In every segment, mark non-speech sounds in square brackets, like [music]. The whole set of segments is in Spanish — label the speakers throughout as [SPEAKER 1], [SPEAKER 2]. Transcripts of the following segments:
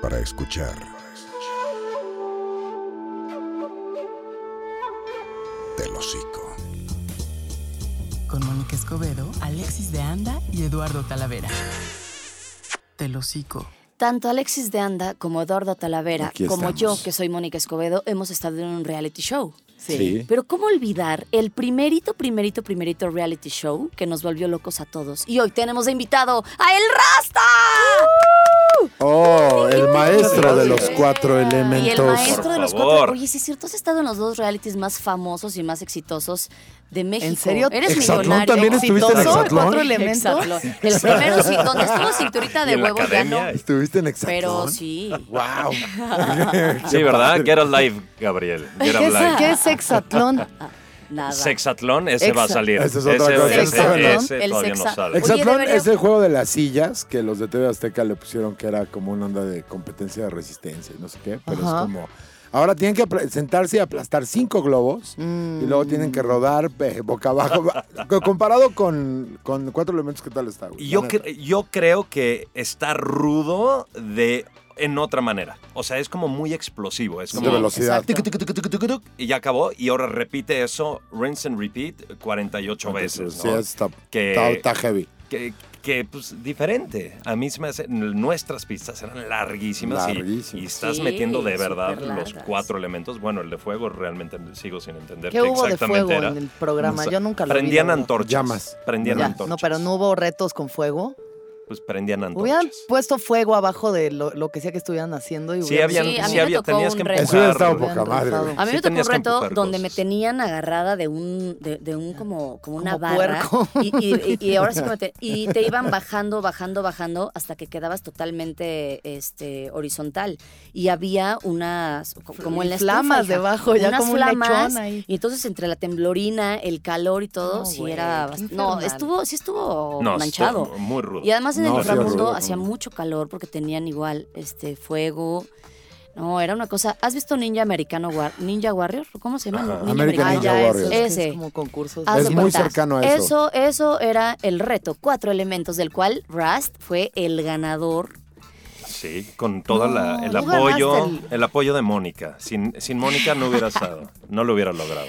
[SPEAKER 1] para escuchar. Del hocico.
[SPEAKER 2] Con Mónica Escobedo, Alexis de Anda y Eduardo Talavera. Del hocico.
[SPEAKER 3] Tanto Alexis de Anda como Eduardo Talavera,
[SPEAKER 4] Aquí
[SPEAKER 3] como yo,
[SPEAKER 4] estamos.
[SPEAKER 3] que soy Mónica Escobedo, hemos estado en un reality show.
[SPEAKER 4] Sí.
[SPEAKER 3] Pero ¿cómo olvidar el primerito, primerito, primerito reality show que nos volvió locos a todos? Y hoy tenemos de invitado a El Rasta.
[SPEAKER 4] Oh, el maestro de los cuatro
[SPEAKER 3] Y el
[SPEAKER 4] elementos.
[SPEAKER 3] maestro de los
[SPEAKER 5] Por favor.
[SPEAKER 3] cuatro. Oye, sí es cierto, has estado en los dos realities más famosos y más exitosos de México.
[SPEAKER 6] serio?
[SPEAKER 3] Eres
[SPEAKER 4] ¿Exatlón
[SPEAKER 3] millonario.
[SPEAKER 4] también estuviste en
[SPEAKER 6] Exitoso,
[SPEAKER 4] Exatlón?
[SPEAKER 6] cuatro elementos.
[SPEAKER 3] Exatlón. El primero sí, donde estuvo cinturita de
[SPEAKER 5] en la
[SPEAKER 3] huevo ya no.
[SPEAKER 5] academia?
[SPEAKER 4] Estuviste en Exatlón.
[SPEAKER 3] Pero sí.
[SPEAKER 4] Wow. Ah.
[SPEAKER 5] Sí, ¿verdad? Get Alive, Gabriel. Get
[SPEAKER 6] ¿Qué es,
[SPEAKER 5] Alive.
[SPEAKER 6] ¿Qué es hexatlón?
[SPEAKER 3] Nada.
[SPEAKER 5] Sexatlón, ese va a
[SPEAKER 6] Exa-
[SPEAKER 5] salir.
[SPEAKER 4] Esa es otra
[SPEAKER 5] ese,
[SPEAKER 4] cosa.
[SPEAKER 5] ese-
[SPEAKER 4] Sexatlón,
[SPEAKER 5] ese
[SPEAKER 3] el
[SPEAKER 5] todavía
[SPEAKER 3] sexa-
[SPEAKER 5] no sale.
[SPEAKER 3] Exa-
[SPEAKER 4] Exatlón
[SPEAKER 3] debería-
[SPEAKER 4] es el juego de las sillas que los de TV Azteca le pusieron que era como una onda de competencia de resistencia y no sé qué, pero
[SPEAKER 6] Ajá.
[SPEAKER 4] es como... Ahora tienen que apl- sentarse y aplastar cinco globos y
[SPEAKER 3] Mm.
[SPEAKER 4] luego tienen que rodar eh, boca
[SPEAKER 5] [laughs]
[SPEAKER 4] abajo. Co- Comparado con, con cuatro elementos, ¿qué tal está? güey?
[SPEAKER 5] Yo,
[SPEAKER 4] La neta.
[SPEAKER 5] cre- yo creo que está rudo de en otra manera. O sea, es como muy explosivo. Es
[SPEAKER 4] Sí,
[SPEAKER 5] como
[SPEAKER 4] de velocidad.
[SPEAKER 3] exacto.
[SPEAKER 5] tuc, tuc, tuc, tuc, tuc, tuc, y ya acabó. Y ahora repite eso, rinse and repeat, 48 veces.
[SPEAKER 4] Sí,
[SPEAKER 5] ¿no?
[SPEAKER 4] está,
[SPEAKER 5] Que-
[SPEAKER 4] está- está heavy.
[SPEAKER 5] Que, que, pues diferente. A mí se me hace- nuestras pistas eran larguísimas, y-
[SPEAKER 4] Larguísimas.
[SPEAKER 5] Y, estás
[SPEAKER 3] Sí,
[SPEAKER 5] metiendo de verdad
[SPEAKER 3] súper
[SPEAKER 5] los
[SPEAKER 3] largas.
[SPEAKER 5] cuatro elementos. Bueno, el de fuego realmente sigo sin entender
[SPEAKER 6] ¿Qué hubo de fuego
[SPEAKER 5] exactamente era.
[SPEAKER 6] en el programa?
[SPEAKER 5] No sé.
[SPEAKER 6] Yo nunca lo vi,
[SPEAKER 5] Prendían
[SPEAKER 6] la verdad.
[SPEAKER 5] antorchas.
[SPEAKER 4] Llamas.
[SPEAKER 5] Prendían
[SPEAKER 6] Ya,
[SPEAKER 5] antorchas.
[SPEAKER 6] no, pero no hubo retos con fuego.
[SPEAKER 5] Pues prendían antorchas.
[SPEAKER 6] Hubieran puesto fuego abajo de lo, lo que sea que estuvieran haciendo. Y
[SPEAKER 5] Sí,
[SPEAKER 6] hubieran- Ah,
[SPEAKER 5] habían,
[SPEAKER 3] Sí, a mí
[SPEAKER 5] sí,
[SPEAKER 3] me
[SPEAKER 5] había-
[SPEAKER 3] tocó
[SPEAKER 5] tenías
[SPEAKER 3] un
[SPEAKER 5] que
[SPEAKER 3] reto.
[SPEAKER 5] empujarlo.
[SPEAKER 4] Eso hubiera estado
[SPEAKER 6] Hubieran
[SPEAKER 4] poca madre,
[SPEAKER 6] rifado.
[SPEAKER 4] güey.
[SPEAKER 3] A mí
[SPEAKER 5] Sí
[SPEAKER 3] me tocó un
[SPEAKER 5] tenías que
[SPEAKER 3] reto
[SPEAKER 5] empujar
[SPEAKER 3] donde me
[SPEAKER 5] cosas.
[SPEAKER 3] tenían agarrada de un, de, de un como, como una
[SPEAKER 6] Como
[SPEAKER 3] barra.
[SPEAKER 6] puerco.
[SPEAKER 3] Y, y- y- y ahora sí
[SPEAKER 6] [laughs]
[SPEAKER 3] que me te, y te iban bajando, bajando, bajando hasta que quedabas totalmente este, horizontal. Y había unas, co- como en la estufa,
[SPEAKER 6] Flamas
[SPEAKER 3] hija,
[SPEAKER 6] debajo, ya
[SPEAKER 3] unas
[SPEAKER 6] como un
[SPEAKER 3] flamas.
[SPEAKER 6] lechón ahí.
[SPEAKER 3] Y entonces entre la temblorina, el calor y todo,
[SPEAKER 6] No,
[SPEAKER 3] sí
[SPEAKER 6] güey,
[SPEAKER 3] era...
[SPEAKER 6] qué
[SPEAKER 3] bast- No,
[SPEAKER 6] infernal.
[SPEAKER 3] estuvo, sí estuvo
[SPEAKER 5] No,
[SPEAKER 3] manchado.
[SPEAKER 5] estuvo muy rudo.
[SPEAKER 3] Y además en
[SPEAKER 4] No,
[SPEAKER 3] el
[SPEAKER 4] sí, horrible,
[SPEAKER 3] inframundo
[SPEAKER 4] horrible.
[SPEAKER 3] hacía mucho calor porque tenían igual este fuego. No, era una cosa. ¿Has visto Ninja Americano War Ninja Warrior? ¿Cómo se llama?
[SPEAKER 5] Ajá.
[SPEAKER 3] Ninja
[SPEAKER 4] American
[SPEAKER 6] Ah,
[SPEAKER 3] Americano.
[SPEAKER 4] Ninja
[SPEAKER 6] ya,
[SPEAKER 4] Warrior.
[SPEAKER 6] esos que es
[SPEAKER 3] Ese.
[SPEAKER 6] como concursos.
[SPEAKER 3] Haz
[SPEAKER 4] Es
[SPEAKER 3] de
[SPEAKER 4] muy
[SPEAKER 3] cuenta.
[SPEAKER 4] cercano a eso.
[SPEAKER 3] Eso, eso era el reto. Cuatro elementos, del cual Rust fue el ganador.
[SPEAKER 5] Sí, con todo la, el
[SPEAKER 6] No, tú
[SPEAKER 5] apoyo,
[SPEAKER 6] ganaste
[SPEAKER 5] el apoyo de Mónica. Sin, sin Mónica no hubiera estado, no lo hubiera logrado.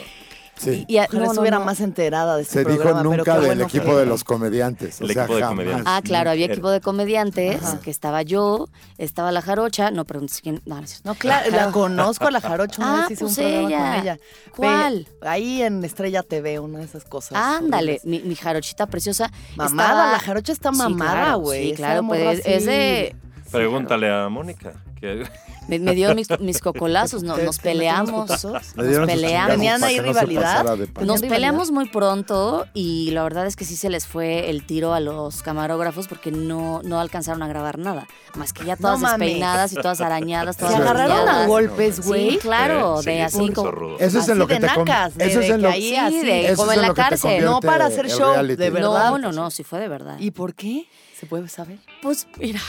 [SPEAKER 4] Sí.
[SPEAKER 3] Y a-
[SPEAKER 6] Ojalá
[SPEAKER 3] no, no,
[SPEAKER 6] estuviera
[SPEAKER 3] no.
[SPEAKER 6] más enterada de este
[SPEAKER 4] Se dijo
[SPEAKER 6] programa, pero
[SPEAKER 4] nunca
[SPEAKER 6] qué
[SPEAKER 4] del
[SPEAKER 6] bueno
[SPEAKER 4] equipo
[SPEAKER 6] que-
[SPEAKER 4] de los comediantes. o
[SPEAKER 5] El
[SPEAKER 4] sea,
[SPEAKER 5] equipo de
[SPEAKER 4] jamás.
[SPEAKER 5] comediantes.
[SPEAKER 3] Ah, claro, había
[SPEAKER 5] Era-
[SPEAKER 3] equipo de comediantes,
[SPEAKER 6] Ajá.
[SPEAKER 3] que estaba yo, estaba la jarocha, no preguntes quién. No, no es cierto.
[SPEAKER 6] No, claro, la conozco a la Jarocha, una
[SPEAKER 3] Ah,
[SPEAKER 6] vez hice
[SPEAKER 3] pues
[SPEAKER 6] un programa
[SPEAKER 3] ella.
[SPEAKER 6] con ella. Ve-
[SPEAKER 3] ¿Cuál?
[SPEAKER 6] ahí en Estrella TV, una de esas cosas.
[SPEAKER 3] Ándale,
[SPEAKER 6] horribles.
[SPEAKER 3] mi, mi jarochita preciosa.
[SPEAKER 6] Mamada,
[SPEAKER 3] estaba-
[SPEAKER 6] la jarocha está
[SPEAKER 3] Sí,
[SPEAKER 6] mamada,
[SPEAKER 3] claro,
[SPEAKER 6] güey.
[SPEAKER 3] Sí,
[SPEAKER 6] Esa
[SPEAKER 3] claro,
[SPEAKER 6] morra
[SPEAKER 3] pues es
[SPEAKER 6] sí.
[SPEAKER 3] de.
[SPEAKER 5] Pregúntale a Mónica. que-
[SPEAKER 3] Me, me dio mis, mis cocolazos, no-
[SPEAKER 6] [laughs] ¿Te-
[SPEAKER 3] nos
[SPEAKER 6] te metieron tus
[SPEAKER 3] peleamos.
[SPEAKER 6] putazos?
[SPEAKER 4] Le dieron
[SPEAKER 3] Nos
[SPEAKER 4] sus
[SPEAKER 3] peleamos.
[SPEAKER 4] chingazos
[SPEAKER 6] ¿Tenían
[SPEAKER 4] para
[SPEAKER 6] ahí
[SPEAKER 4] que no se
[SPEAKER 6] rivalidad?
[SPEAKER 4] pasara de pan.
[SPEAKER 6] Tenían
[SPEAKER 3] Nos
[SPEAKER 6] rivalidad.
[SPEAKER 3] peleamos muy pronto y la verdad es que sí se les fue el tiro a los camarógrafos porque no, no alcanzaron a grabar nada. Más que ya todas
[SPEAKER 6] No mames.
[SPEAKER 3] despeinadas y todas
[SPEAKER 6] [laughs]
[SPEAKER 3] arañadas,
[SPEAKER 6] Se
[SPEAKER 3] todas
[SPEAKER 6] agarraron a
[SPEAKER 3] rasguñadas.
[SPEAKER 6] golpes,
[SPEAKER 3] Sí,
[SPEAKER 6] güey.
[SPEAKER 3] claro,
[SPEAKER 5] [laughs] Sí,
[SPEAKER 3] de así
[SPEAKER 5] eso
[SPEAKER 3] como...
[SPEAKER 5] rudo.
[SPEAKER 4] Eso es
[SPEAKER 6] Así
[SPEAKER 4] en lo
[SPEAKER 6] de
[SPEAKER 4] que te con-
[SPEAKER 6] nacas, de-
[SPEAKER 4] eso es
[SPEAKER 6] de
[SPEAKER 4] en lo
[SPEAKER 6] que ahí
[SPEAKER 3] Sí,
[SPEAKER 6] así.
[SPEAKER 3] de-
[SPEAKER 4] eso
[SPEAKER 3] como
[SPEAKER 4] es
[SPEAKER 3] en la
[SPEAKER 4] lo que te
[SPEAKER 3] cárcel.
[SPEAKER 4] convierte
[SPEAKER 6] No para hacer
[SPEAKER 4] el
[SPEAKER 6] show,
[SPEAKER 4] reality.
[SPEAKER 6] de verdad.
[SPEAKER 3] No, no, no, sí fue de verdad.
[SPEAKER 6] ¿Y por qué? ¿Se puede saber?
[SPEAKER 3] pues, mira,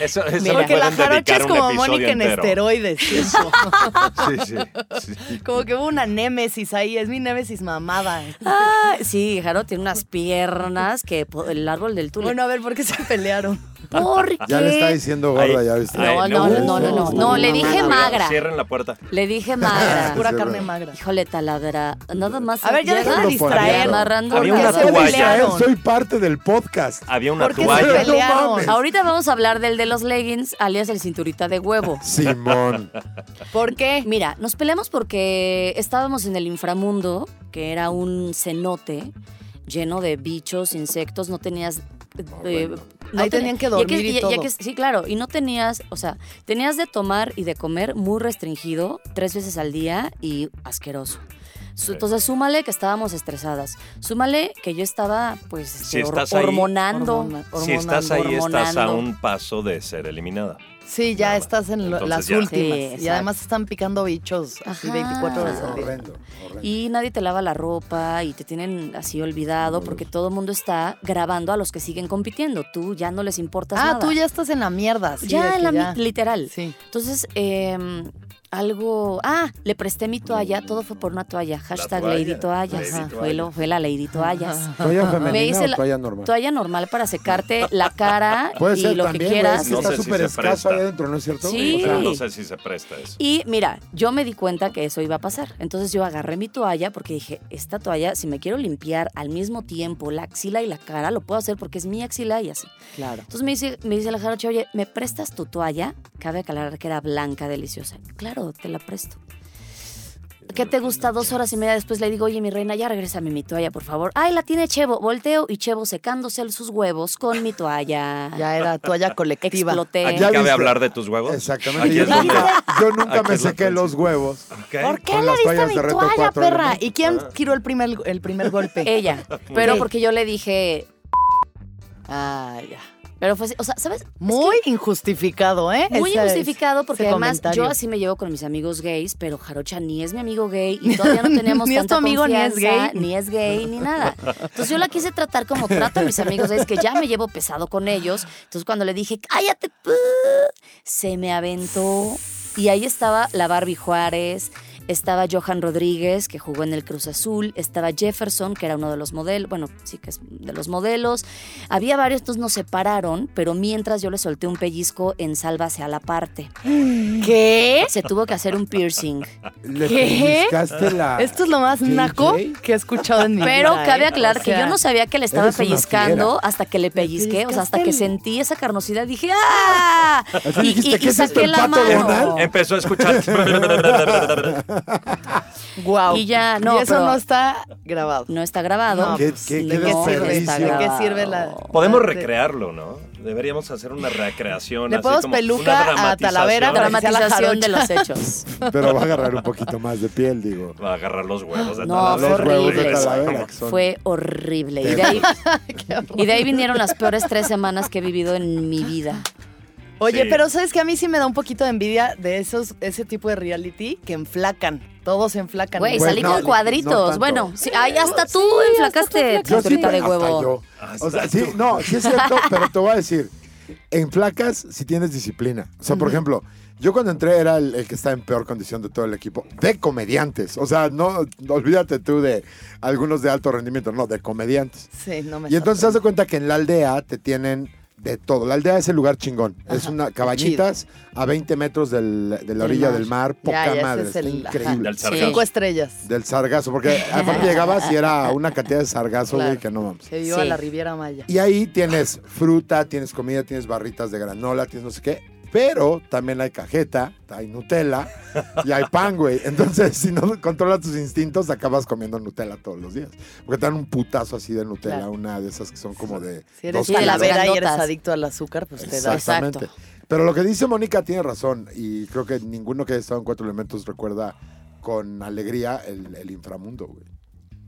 [SPEAKER 5] Eso, eso le
[SPEAKER 6] Porque
[SPEAKER 5] pueden
[SPEAKER 6] la jarocha
[SPEAKER 5] dedicar
[SPEAKER 6] es
[SPEAKER 5] un
[SPEAKER 6] como
[SPEAKER 5] episodio
[SPEAKER 6] Mónica en
[SPEAKER 5] entero. [laughs]
[SPEAKER 6] esteroides. eso.
[SPEAKER 5] Sí, sí, sí.
[SPEAKER 6] como que hubo una némesis ahí. Es mi némesis mamada.
[SPEAKER 3] ah, [laughs] sí, Jaro tiene unas piernas que po- el árbol del túnel.
[SPEAKER 6] Bueno, a ver, ¿por qué se [laughs] pelearon?
[SPEAKER 3] porque
[SPEAKER 4] Ya le está diciendo gorda,
[SPEAKER 5] Ahí-
[SPEAKER 4] ya viste.
[SPEAKER 5] ahí,
[SPEAKER 3] No, no,
[SPEAKER 4] no, no, no, no. No,
[SPEAKER 3] le dije
[SPEAKER 5] Cuidado,
[SPEAKER 3] magra.
[SPEAKER 5] Cierren la puerta.
[SPEAKER 3] le dije magra.
[SPEAKER 6] [laughs]
[SPEAKER 4] Ah,
[SPEAKER 6] Pura
[SPEAKER 4] Sí,
[SPEAKER 6] carne
[SPEAKER 4] verdad.
[SPEAKER 6] magra.
[SPEAKER 3] Híjole, taladra. Nada más.
[SPEAKER 6] A ver, ya
[SPEAKER 3] llega
[SPEAKER 6] dejen de
[SPEAKER 4] Lo ponían.
[SPEAKER 6] distraer.
[SPEAKER 3] amarrando
[SPEAKER 5] Había
[SPEAKER 3] una
[SPEAKER 6] ¿Por qué se
[SPEAKER 5] toalla.
[SPEAKER 6] pelearon?
[SPEAKER 4] Soy parte del podcast.
[SPEAKER 5] Había una
[SPEAKER 6] ¿Por qué se
[SPEAKER 5] toalla.
[SPEAKER 6] pelearon?
[SPEAKER 3] Ahorita vamos a hablar del de los leggings, alias el cinturita de huevo.
[SPEAKER 4] Simón.
[SPEAKER 6] ¿Por qué?
[SPEAKER 3] Mira, nos peleamos porque estábamos en el inframundo, que era un cenote lleno de bichos, insectos, no tenías... eh,
[SPEAKER 5] Ah,
[SPEAKER 6] Ahí tenían que
[SPEAKER 3] ya
[SPEAKER 6] dormir y todo.
[SPEAKER 3] sí, claro, y no tenías, o sea, tenías de tomar y de comer muy restringido, tres veces al día y asqueroso. Su-
[SPEAKER 5] Sí.
[SPEAKER 3] Entonces, súmale que estábamos estresadas. Súmale que yo estaba, pues,
[SPEAKER 5] Si
[SPEAKER 3] este, hor-
[SPEAKER 5] estás ahí-
[SPEAKER 3] hormonando,
[SPEAKER 6] Hormona-
[SPEAKER 5] Si estás ahí,
[SPEAKER 3] hormonando,
[SPEAKER 5] estás a
[SPEAKER 3] hormonando.
[SPEAKER 5] un paso de ser eliminada.
[SPEAKER 6] Sí, ya
[SPEAKER 5] Nada.
[SPEAKER 6] estás en lo-
[SPEAKER 5] Entonces
[SPEAKER 6] las
[SPEAKER 5] ya.
[SPEAKER 6] últimas.
[SPEAKER 3] Sí,
[SPEAKER 6] y
[SPEAKER 3] exacto.
[SPEAKER 6] además están picando bichos así
[SPEAKER 3] Ajá.
[SPEAKER 6] 24 horas al día.
[SPEAKER 4] Horrendo. horrendo.
[SPEAKER 3] Y nadie te lava la ropa y te tienen así olvidado porque todo el mundo está grabando a los que siguen compitiendo. Tú ya no les importas
[SPEAKER 6] Ah,
[SPEAKER 3] nada.
[SPEAKER 6] tú ya estás en la mierda. sí, de
[SPEAKER 3] Ya,
[SPEAKER 6] que
[SPEAKER 3] en la
[SPEAKER 6] ya.
[SPEAKER 3] mi- literal.
[SPEAKER 6] Sí.
[SPEAKER 3] Entonces, eh, algo. Ah, le presté mi toalla, todo fue por una toalla. Hashtag
[SPEAKER 5] toalla,
[SPEAKER 3] Lady Toallas.
[SPEAKER 5] Lady
[SPEAKER 3] Ajá,
[SPEAKER 5] Toallas.
[SPEAKER 3] Fue, lo- fue la Lady
[SPEAKER 4] [laughs]
[SPEAKER 3] Toallas.
[SPEAKER 4] ¿Toalla
[SPEAKER 3] Me
[SPEAKER 4] femenina
[SPEAKER 3] hice
[SPEAKER 4] o
[SPEAKER 3] la-
[SPEAKER 4] toalla normal?
[SPEAKER 3] Toalla normal para secarte la cara
[SPEAKER 4] Puede
[SPEAKER 3] y
[SPEAKER 4] ser
[SPEAKER 3] lo
[SPEAKER 4] también, pues,
[SPEAKER 3] que
[SPEAKER 4] güey, es
[SPEAKER 3] quieras.
[SPEAKER 4] que
[SPEAKER 5] No
[SPEAKER 4] está
[SPEAKER 5] sé si
[SPEAKER 4] súper
[SPEAKER 5] se
[SPEAKER 4] escaso
[SPEAKER 5] presta.
[SPEAKER 4] ahí adentro, ¿no es cierto?
[SPEAKER 3] Sí.
[SPEAKER 5] O sea, no sé si se presta eso.
[SPEAKER 3] Y mira, yo me di cuenta que eso iba a pasar. Entonces yo agarré mi toalla porque dije, esta toalla, si me quiero limpiar al mismo tiempo la axila y la cara, lo puedo hacer porque es mi axila y así.
[SPEAKER 6] Claro.
[SPEAKER 3] Entonces me dice, me dice la jarocha, oye, ¿me prestas tu toalla? Cabe aclarar que era blanca, deliciosa. Claro, te la presto. ¿Qué te gusta? Dos horas y media después le digo, oye, mi reina, ya regrésame mi toalla, por favor. Ay, la tiene Chevo. Volteo y Chevo secándose sus huevos con mi toalla.
[SPEAKER 6] Ya era toalla colectiva.
[SPEAKER 3] Exploté.
[SPEAKER 5] Aquí cabe
[SPEAKER 4] viste?
[SPEAKER 5] hablar de tus huevos.
[SPEAKER 4] Exactamente.
[SPEAKER 5] Aquí
[SPEAKER 4] Yo
[SPEAKER 5] es donde-
[SPEAKER 4] nunca, yo nunca
[SPEAKER 5] Aquí
[SPEAKER 4] me
[SPEAKER 5] es la
[SPEAKER 4] sequé
[SPEAKER 5] cosa.
[SPEAKER 4] los huevos.
[SPEAKER 5] Ok.
[SPEAKER 6] ¿Por qué
[SPEAKER 4] Con
[SPEAKER 6] le
[SPEAKER 4] las
[SPEAKER 6] diste
[SPEAKER 4] toallas
[SPEAKER 6] mi
[SPEAKER 4] de reto
[SPEAKER 6] toalla,
[SPEAKER 4] cuatro
[SPEAKER 6] perra?
[SPEAKER 4] elementos.
[SPEAKER 6] ¿Y quién tiró el primer,
[SPEAKER 3] [laughs]
[SPEAKER 6] el primer golpe?
[SPEAKER 3] Ella. Pero
[SPEAKER 6] bien.
[SPEAKER 3] porque yo le dije,
[SPEAKER 6] Ah, ya.
[SPEAKER 3] pero fue así, o sea, ¿sabes?
[SPEAKER 6] Muy injustificado, ¿eh?
[SPEAKER 3] Muy
[SPEAKER 6] Ese-
[SPEAKER 3] injustificado porque
[SPEAKER 6] ese
[SPEAKER 3] además
[SPEAKER 6] comentario.
[SPEAKER 3] yo así me llevo con mis amigos gays, pero Jarocha ni es mi amigo gay y todavía no teníamos
[SPEAKER 6] [laughs] Ni es tu
[SPEAKER 3] tanta
[SPEAKER 6] amigo, ni es
[SPEAKER 3] confianza,
[SPEAKER 6] gay.
[SPEAKER 3] ni es gay ni nada. Entonces yo la quise tratar como trato a mis amigos gays que ya me llevo pesado con ellos. Entonces cuando le dije, "Cállate", pu", se me aventó y ahí estaba la Barbie Juárez, estaba Johan Rodríguez que jugó en el Cruz Azul, estaba Jefferson que era uno de los modelos, bueno, sí que es de los modelos. Había varios, entonces nos separaron, pero mientras yo le solté un pellizco en sálvase a la parte.
[SPEAKER 6] ¿Qué?
[SPEAKER 3] Se tuvo que hacer un piercing.
[SPEAKER 4] ¿Le
[SPEAKER 6] ¿Qué?
[SPEAKER 4] pellizcaste la...?
[SPEAKER 6] Esto es lo más
[SPEAKER 4] JJ?
[SPEAKER 6] naco que he escuchado en mi
[SPEAKER 3] Pero
[SPEAKER 6] vida.
[SPEAKER 3] cabe
[SPEAKER 6] ¿eh?
[SPEAKER 3] aclarar
[SPEAKER 6] O
[SPEAKER 3] que yo
[SPEAKER 6] sea,
[SPEAKER 3] no sabía que le estaba
[SPEAKER 4] eres una
[SPEAKER 3] pellizcando
[SPEAKER 4] fiera.
[SPEAKER 3] hasta que le pellizqué, o sea, hasta que
[SPEAKER 6] pellizcaste el-
[SPEAKER 3] dije, esa carnosidad, dije ¡ah!
[SPEAKER 4] Así dijiste, ¿qué es esto,
[SPEAKER 3] saqué
[SPEAKER 4] el
[SPEAKER 3] la
[SPEAKER 4] pato
[SPEAKER 3] mano.
[SPEAKER 4] Donald?
[SPEAKER 5] Empezó a escuchar.
[SPEAKER 6] Guau.
[SPEAKER 3] Y ya, no,
[SPEAKER 6] Y eso
[SPEAKER 3] pero-
[SPEAKER 6] no está grabado.
[SPEAKER 3] No está grabado.
[SPEAKER 6] No,
[SPEAKER 4] ¿Qué-
[SPEAKER 3] pues,
[SPEAKER 4] qué-
[SPEAKER 3] no
[SPEAKER 4] qué desperdicio?
[SPEAKER 3] está
[SPEAKER 4] ¿De
[SPEAKER 6] qué
[SPEAKER 3] grabado.
[SPEAKER 6] sirve la-
[SPEAKER 5] Podemos
[SPEAKER 6] Ah, de-
[SPEAKER 5] recrearlo, ¿no? Deberíamos hacer una recreación.
[SPEAKER 6] Le
[SPEAKER 5] así
[SPEAKER 6] ponemos
[SPEAKER 5] como
[SPEAKER 6] peluca
[SPEAKER 5] una
[SPEAKER 6] a
[SPEAKER 5] dramatización.
[SPEAKER 6] Talavera,
[SPEAKER 3] Dramatización
[SPEAKER 6] dramatización.
[SPEAKER 3] de
[SPEAKER 6] Jarocha.
[SPEAKER 3] los hechos.
[SPEAKER 4] [laughs] Pero va a agarrar un poquito más de piel, digo.
[SPEAKER 5] Va a agarrar los huevos de
[SPEAKER 3] No,
[SPEAKER 5] Talavera.
[SPEAKER 4] Los huevos de
[SPEAKER 3] horrible.
[SPEAKER 4] Talavera. que son-
[SPEAKER 3] Fue horrible. Y de, ahí, y de ahí vinieron las peores tres semanas que he vivido en mi vida.
[SPEAKER 6] Oye,
[SPEAKER 5] Sí.
[SPEAKER 6] pero sabes que a mí sí me da un poquito de envidia de esos, ese tipo de reality que enflacan. Todos enflacan.
[SPEAKER 3] Güey,
[SPEAKER 4] Pues
[SPEAKER 3] salí
[SPEAKER 4] no,
[SPEAKER 3] con
[SPEAKER 4] no
[SPEAKER 3] cuadritos.
[SPEAKER 4] tanto.
[SPEAKER 3] bueno, sí, ay, hasta tú enflacaste,
[SPEAKER 4] Yo sí,
[SPEAKER 3] cinturita de
[SPEAKER 4] hasta
[SPEAKER 3] huevo.
[SPEAKER 4] yo.
[SPEAKER 5] Hasta
[SPEAKER 4] O sea, sí, no, sí es
[SPEAKER 6] [laughs]
[SPEAKER 4] cierto, pero te voy a decir, en placas si tienes disciplina. O sea, por ejemplo, yo cuando entré era el, el que está en peor condición de todo el equipo, de comediantes. O sea, no, olvídate tú de algunos de alto rendimiento, no, de comediantes.
[SPEAKER 6] Sí, no me
[SPEAKER 4] Y entonces haz
[SPEAKER 6] sorprende.
[SPEAKER 4] de cuenta que en la aldea te tienen de todo. La aldea es el lugar chingón. Es una cabañitas a 20 metros del- de la
[SPEAKER 6] Del
[SPEAKER 4] orilla
[SPEAKER 6] mar.
[SPEAKER 4] del mar.
[SPEAKER 6] Ya,
[SPEAKER 4] Poca
[SPEAKER 6] ya, ese
[SPEAKER 4] madre.
[SPEAKER 6] es
[SPEAKER 4] está
[SPEAKER 6] el- ajá.
[SPEAKER 4] increíble.
[SPEAKER 5] Del
[SPEAKER 3] Sí.
[SPEAKER 5] sargazo.
[SPEAKER 6] Cinco estrellas.
[SPEAKER 4] Del sargazo,
[SPEAKER 6] [laughs]
[SPEAKER 4] porque aparte llegabas y era una cantidad de sargazo, güey,
[SPEAKER 6] Claro.
[SPEAKER 4] que no vamos.
[SPEAKER 6] Se vio a
[SPEAKER 3] Sí.
[SPEAKER 6] la Riviera Maya.
[SPEAKER 4] Y ahí tienes fruta, tienes comida, tienes barritas de granola, tienes no sé qué. Pero también hay cajeta, hay Nutella y hay pan, güey. Entonces, si no controlas tus instintos, acabas comiendo Nutella todos los días. Porque te dan un putazo así de Nutella,
[SPEAKER 6] Claro.
[SPEAKER 4] una de esas que son como de.
[SPEAKER 6] Si eres
[SPEAKER 4] dos
[SPEAKER 3] de las
[SPEAKER 6] calavera y eres
[SPEAKER 3] grandotas.
[SPEAKER 6] adicto al azúcar, pues te da.
[SPEAKER 4] Exactamente. Pero lo que dice Mónica tiene razón. Y creo que ninguno que haya estado en Cuatro Elementos recuerda con alegría el, el inframundo, güey.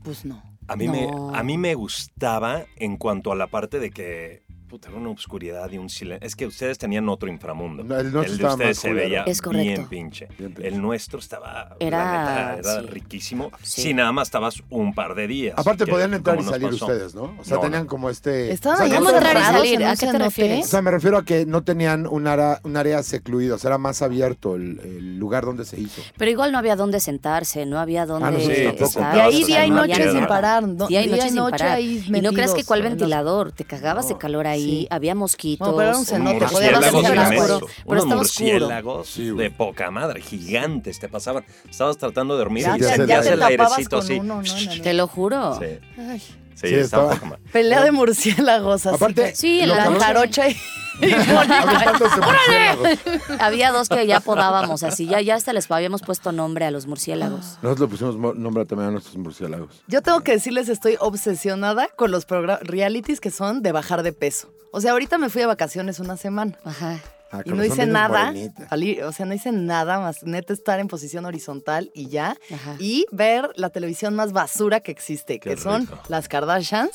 [SPEAKER 6] Pues no.
[SPEAKER 5] A mí,
[SPEAKER 3] No.
[SPEAKER 5] me, a mí me gustaba en cuanto a la parte de que. Puta, era una obscuridad y un silencio. Es que ustedes tenían otro inframundo.
[SPEAKER 4] No, el nuestro
[SPEAKER 5] de
[SPEAKER 4] estaba
[SPEAKER 5] ustedes
[SPEAKER 4] más
[SPEAKER 5] se
[SPEAKER 4] culero.
[SPEAKER 5] veía
[SPEAKER 3] Es correcto.
[SPEAKER 5] bien pinche.
[SPEAKER 4] Bien pinche.
[SPEAKER 5] El nuestro estaba. la
[SPEAKER 3] Era-
[SPEAKER 5] neta, era
[SPEAKER 3] sí.
[SPEAKER 5] riquísimo.
[SPEAKER 3] Sí.
[SPEAKER 5] Si nada más estabas un par de días.
[SPEAKER 4] Aparte,
[SPEAKER 5] que-
[SPEAKER 4] podían
[SPEAKER 5] que
[SPEAKER 4] entrar y
[SPEAKER 5] como nos
[SPEAKER 4] salir
[SPEAKER 5] pasó.
[SPEAKER 4] ustedes, ¿no? O sea,
[SPEAKER 5] No,
[SPEAKER 4] tenían
[SPEAKER 5] no.
[SPEAKER 4] como este. o
[SPEAKER 6] Estaban
[SPEAKER 4] sea,
[SPEAKER 6] ahí
[SPEAKER 4] no
[SPEAKER 3] ¿Cómo
[SPEAKER 4] se-
[SPEAKER 3] entrar y
[SPEAKER 6] encerrados
[SPEAKER 3] salir?
[SPEAKER 6] en
[SPEAKER 3] ¿A
[SPEAKER 6] un
[SPEAKER 3] qué te
[SPEAKER 6] cenote.
[SPEAKER 4] O
[SPEAKER 3] refieres?
[SPEAKER 4] sea, me refiero a que no tenían un área, un área secluida, o sea, era más abierto el, el lugar donde se hizo.
[SPEAKER 3] Pero igual no había dónde sentarse, no había dónde
[SPEAKER 4] Ah, no, sí, tampoco.
[SPEAKER 3] estar.
[SPEAKER 5] Ah,
[SPEAKER 6] Y ahí
[SPEAKER 5] o
[SPEAKER 6] día
[SPEAKER 5] sea,
[SPEAKER 6] y
[SPEAKER 5] no
[SPEAKER 6] noche
[SPEAKER 5] había
[SPEAKER 6] sin
[SPEAKER 5] nada.
[SPEAKER 6] parar. no-
[SPEAKER 3] Día y noche sin parar.
[SPEAKER 6] ahí
[SPEAKER 3] Y no creas que
[SPEAKER 6] metidos,
[SPEAKER 3] cuál
[SPEAKER 6] en los-
[SPEAKER 3] ventilador, te cagabas de calor ahí,
[SPEAKER 6] sí.
[SPEAKER 3] había mosquitos.
[SPEAKER 6] No, pero era un cenote,
[SPEAKER 3] pero
[SPEAKER 6] podías
[SPEAKER 3] estaba
[SPEAKER 6] hacer
[SPEAKER 3] oscuro,
[SPEAKER 6] eso.
[SPEAKER 3] pero
[SPEAKER 5] unos
[SPEAKER 3] estaba oscuro.
[SPEAKER 5] murciélagos
[SPEAKER 4] Sí, güey.
[SPEAKER 5] de poca madre, gigantes, te pasaban. Estabas tratando de dormir
[SPEAKER 4] Sí,
[SPEAKER 5] y
[SPEAKER 4] ya
[SPEAKER 5] sentías
[SPEAKER 4] te- ya te
[SPEAKER 5] el
[SPEAKER 6] tapabas
[SPEAKER 5] airecito
[SPEAKER 6] con
[SPEAKER 5] así.
[SPEAKER 6] uno, ¿no? En la
[SPEAKER 3] Te lo juro.
[SPEAKER 5] Sí,
[SPEAKER 6] Ay,
[SPEAKER 5] sí,
[SPEAKER 4] Sí,
[SPEAKER 5] estaba
[SPEAKER 4] estaba-
[SPEAKER 5] poca madre.
[SPEAKER 6] Pelea de murciélagos así.
[SPEAKER 4] Aparte,
[SPEAKER 3] Sí, en
[SPEAKER 4] lo
[SPEAKER 3] la
[SPEAKER 6] la
[SPEAKER 4] cabrón-
[SPEAKER 6] jarocha y
[SPEAKER 4] [laughs] aventándose murciélagos.
[SPEAKER 3] Había dos que ya podábamos así, ya, ya hasta les habíamos puesto nombre a los murciélagos.
[SPEAKER 4] Nosotros le pusimos mo- nombre también a nuestros murciélagos.
[SPEAKER 6] Yo tengo que decirles, estoy obsesionada con los progra- realities que son de bajar de peso. O sea, ahorita me fui de vacaciones una semana
[SPEAKER 3] Ajá.
[SPEAKER 4] Ah,
[SPEAKER 6] y
[SPEAKER 4] con
[SPEAKER 6] no
[SPEAKER 4] razón
[SPEAKER 6] hice
[SPEAKER 4] vienes
[SPEAKER 6] nada.
[SPEAKER 4] morenita.
[SPEAKER 6] Salí- o sea, no hice nada más. Neta, estar en posición horizontal y ya.
[SPEAKER 3] Ajá.
[SPEAKER 6] Y ver la televisión más basura que existe, que son
[SPEAKER 5] rico.
[SPEAKER 6] las Kardashians.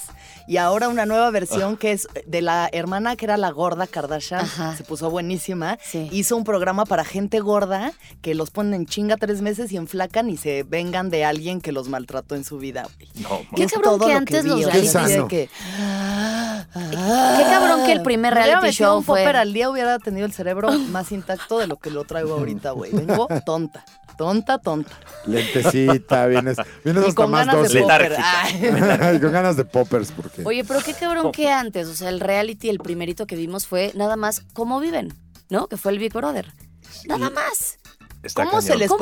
[SPEAKER 6] Y ahora una nueva versión que es de la hermana que era la gorda Kardashian.
[SPEAKER 3] Ajá.
[SPEAKER 6] Se puso buenísima.
[SPEAKER 3] Sí.
[SPEAKER 6] Hizo un programa para gente gorda que los ponen en chinga tres meses y enflacan y se vengan de alguien que los maltrató en su vida. güey.
[SPEAKER 5] No,
[SPEAKER 3] Qué
[SPEAKER 6] Es
[SPEAKER 3] cabrón
[SPEAKER 6] todo
[SPEAKER 3] que
[SPEAKER 6] lo
[SPEAKER 3] antes
[SPEAKER 6] vi,
[SPEAKER 3] los
[SPEAKER 6] o sea,
[SPEAKER 4] Qué
[SPEAKER 6] así de
[SPEAKER 4] sano.
[SPEAKER 6] que, ah,
[SPEAKER 3] Qué cabrón que el primer
[SPEAKER 6] Me hubiera
[SPEAKER 3] reality
[SPEAKER 6] metido
[SPEAKER 3] show
[SPEAKER 6] un popper
[SPEAKER 3] fue.
[SPEAKER 6] al día hubiera tenido el cerebro más intacto de lo que lo traigo ahorita, güey. Vengo tonta, tonta, tonta.
[SPEAKER 4] Lentecita, vienes, vienes
[SPEAKER 6] Y
[SPEAKER 4] hasta
[SPEAKER 6] con
[SPEAKER 4] más
[SPEAKER 6] ganas
[SPEAKER 4] dos.
[SPEAKER 6] de popper.
[SPEAKER 5] Letárgica.
[SPEAKER 4] [laughs]
[SPEAKER 6] Ay.
[SPEAKER 4] Y con ganas de poppers, porque.
[SPEAKER 3] Oye, pero qué cabrón que antes, o sea, el reality, el primerito que vimos fue nada más cómo viven, ¿no? Que fue el Big Brother. Nada más.
[SPEAKER 5] Está
[SPEAKER 6] ¿Cómo se
[SPEAKER 5] cañón.
[SPEAKER 6] les
[SPEAKER 3] ¿Cómo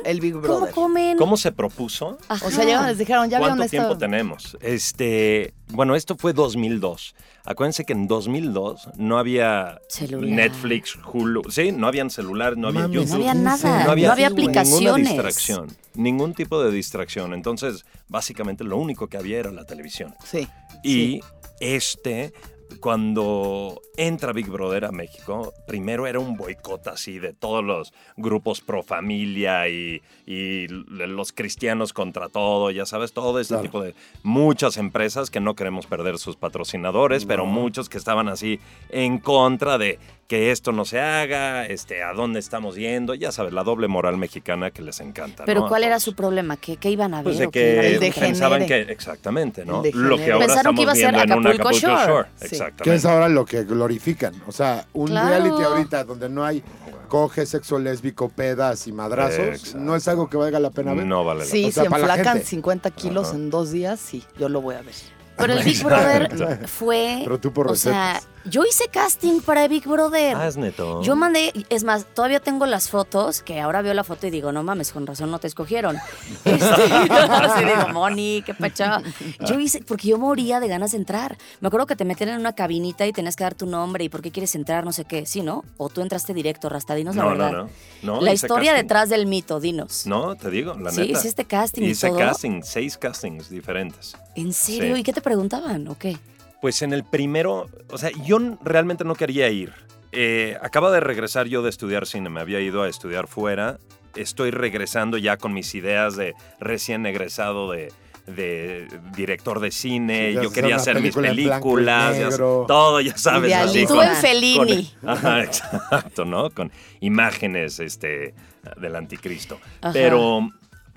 [SPEAKER 3] viven?
[SPEAKER 6] el Big
[SPEAKER 3] ¿Cómo
[SPEAKER 6] Brother?
[SPEAKER 3] comen?
[SPEAKER 5] ¿Cómo se propuso?
[SPEAKER 3] Ajá.
[SPEAKER 6] O sea, llegaron, les dijeron, ya vieron
[SPEAKER 5] ¿Cuánto
[SPEAKER 6] esto.
[SPEAKER 5] tiempo tenemos? Este, bueno, esto fue 2002. Acuérdense que en 2002 no había
[SPEAKER 3] Celular.
[SPEAKER 5] Netflix, Hulu, sí, no habían celular, no había
[SPEAKER 4] Mames,
[SPEAKER 5] YouTube,
[SPEAKER 3] No había
[SPEAKER 4] Sí,
[SPEAKER 3] nada,
[SPEAKER 4] sí,
[SPEAKER 3] no había,
[SPEAKER 5] sí, güey.
[SPEAKER 3] aplicaciones.
[SPEAKER 5] Ninguna distracción, ningún tipo de distracción. Entonces, básicamente lo único que había era la televisión.
[SPEAKER 6] Sí.
[SPEAKER 5] Y este, cuando entra Big Brother a México, primero era un boicot así de todos los grupos pro familia y, y los cristianos contra todo, ya sabes, todo este
[SPEAKER 4] Claro.
[SPEAKER 5] tipo de muchas empresas que no queremos perder sus patrocinadores, pero muchos que estaban así en contra de que esto no se haga, este, a dónde estamos yendo, ya sabes, la doble moral mexicana que les encanta.
[SPEAKER 3] Pero
[SPEAKER 5] ¿no?
[SPEAKER 3] ¿cuál era
[SPEAKER 5] Entonces,
[SPEAKER 3] su problema? ¿Qué, qué iban a ver?
[SPEAKER 5] pues de
[SPEAKER 3] o qué iban a
[SPEAKER 5] que
[SPEAKER 6] El de
[SPEAKER 3] encontrar?
[SPEAKER 5] pensaban que
[SPEAKER 6] degenere.
[SPEAKER 5] exactamente, ¿no?
[SPEAKER 6] El degenere.
[SPEAKER 5] Lo que ahora
[SPEAKER 3] Pensaron que
[SPEAKER 5] estamos
[SPEAKER 3] iba a ser
[SPEAKER 5] viendo en un
[SPEAKER 3] Acapulco Shore.
[SPEAKER 6] Sí.
[SPEAKER 4] Que es
[SPEAKER 5] Exactamente.
[SPEAKER 4] ahora lo que glorifican. O sea, un
[SPEAKER 3] Claro.
[SPEAKER 4] reality ahorita donde no hay coge, sexo lésbico, pedas y madrazos,
[SPEAKER 5] Exacto.
[SPEAKER 4] no es algo que valga la pena ver.
[SPEAKER 5] No vale la
[SPEAKER 6] Sí,
[SPEAKER 4] O sea,
[SPEAKER 6] si
[SPEAKER 4] para la
[SPEAKER 6] enflacan
[SPEAKER 4] gente.
[SPEAKER 6] 50 kilos
[SPEAKER 5] Ajá.
[SPEAKER 6] en dos días, sí, yo lo voy a ver.
[SPEAKER 3] Pero el Big
[SPEAKER 5] [laughs]
[SPEAKER 3] Brother fue.
[SPEAKER 4] Pero tú por
[SPEAKER 3] o sea, yo hice casting para Big Brother.
[SPEAKER 5] Ah, es neto.
[SPEAKER 3] Yo mandé, es más, todavía tengo las fotos, que ahora veo la foto y digo, no mames, con razón no te escogieron. [laughs] Este, así digo, Moni, qué pachá. Yo hice, porque yo moría de ganas de entrar. Me acuerdo que te metían en una cabinita y tenías que dar tu nombre y por qué quieres entrar, no sé qué. Sí, ¿no? O tú entraste directo, Rasta, dinos la
[SPEAKER 5] No,
[SPEAKER 3] verdad.
[SPEAKER 5] no, no. No,
[SPEAKER 3] la
[SPEAKER 5] hice
[SPEAKER 3] historia
[SPEAKER 5] casting.
[SPEAKER 3] detrás del mito, dinos.
[SPEAKER 5] No, te digo, la
[SPEAKER 3] Sí,
[SPEAKER 5] neta.
[SPEAKER 3] hiciste casting y
[SPEAKER 5] Hice
[SPEAKER 3] todo.
[SPEAKER 5] casting, seis castings diferentes.
[SPEAKER 3] ¿En serio?
[SPEAKER 5] Sí.
[SPEAKER 3] ¿Y qué te preguntaban o qué?
[SPEAKER 5] Pues en el primero, o sea, yo n- realmente no quería ir. Eh, acaba de regresar yo de estudiar cine, me había ido a estudiar fuera. Estoy regresando ya con mis ideas de recién egresado de, de director de cine.
[SPEAKER 4] Sí, ya
[SPEAKER 5] yo
[SPEAKER 4] sabes,
[SPEAKER 5] quería
[SPEAKER 4] una
[SPEAKER 5] hacer mis
[SPEAKER 4] película en blanco y
[SPEAKER 5] películas, ya-
[SPEAKER 4] negro.
[SPEAKER 5] todo, ya sabes.
[SPEAKER 6] Idealista.
[SPEAKER 5] así,
[SPEAKER 3] Tú
[SPEAKER 5] con-
[SPEAKER 3] en Fellini.
[SPEAKER 5] con- [laughs] ajá, exacto, ¿no? Con imágenes este, del anticristo.
[SPEAKER 3] Ajá.
[SPEAKER 5] Pero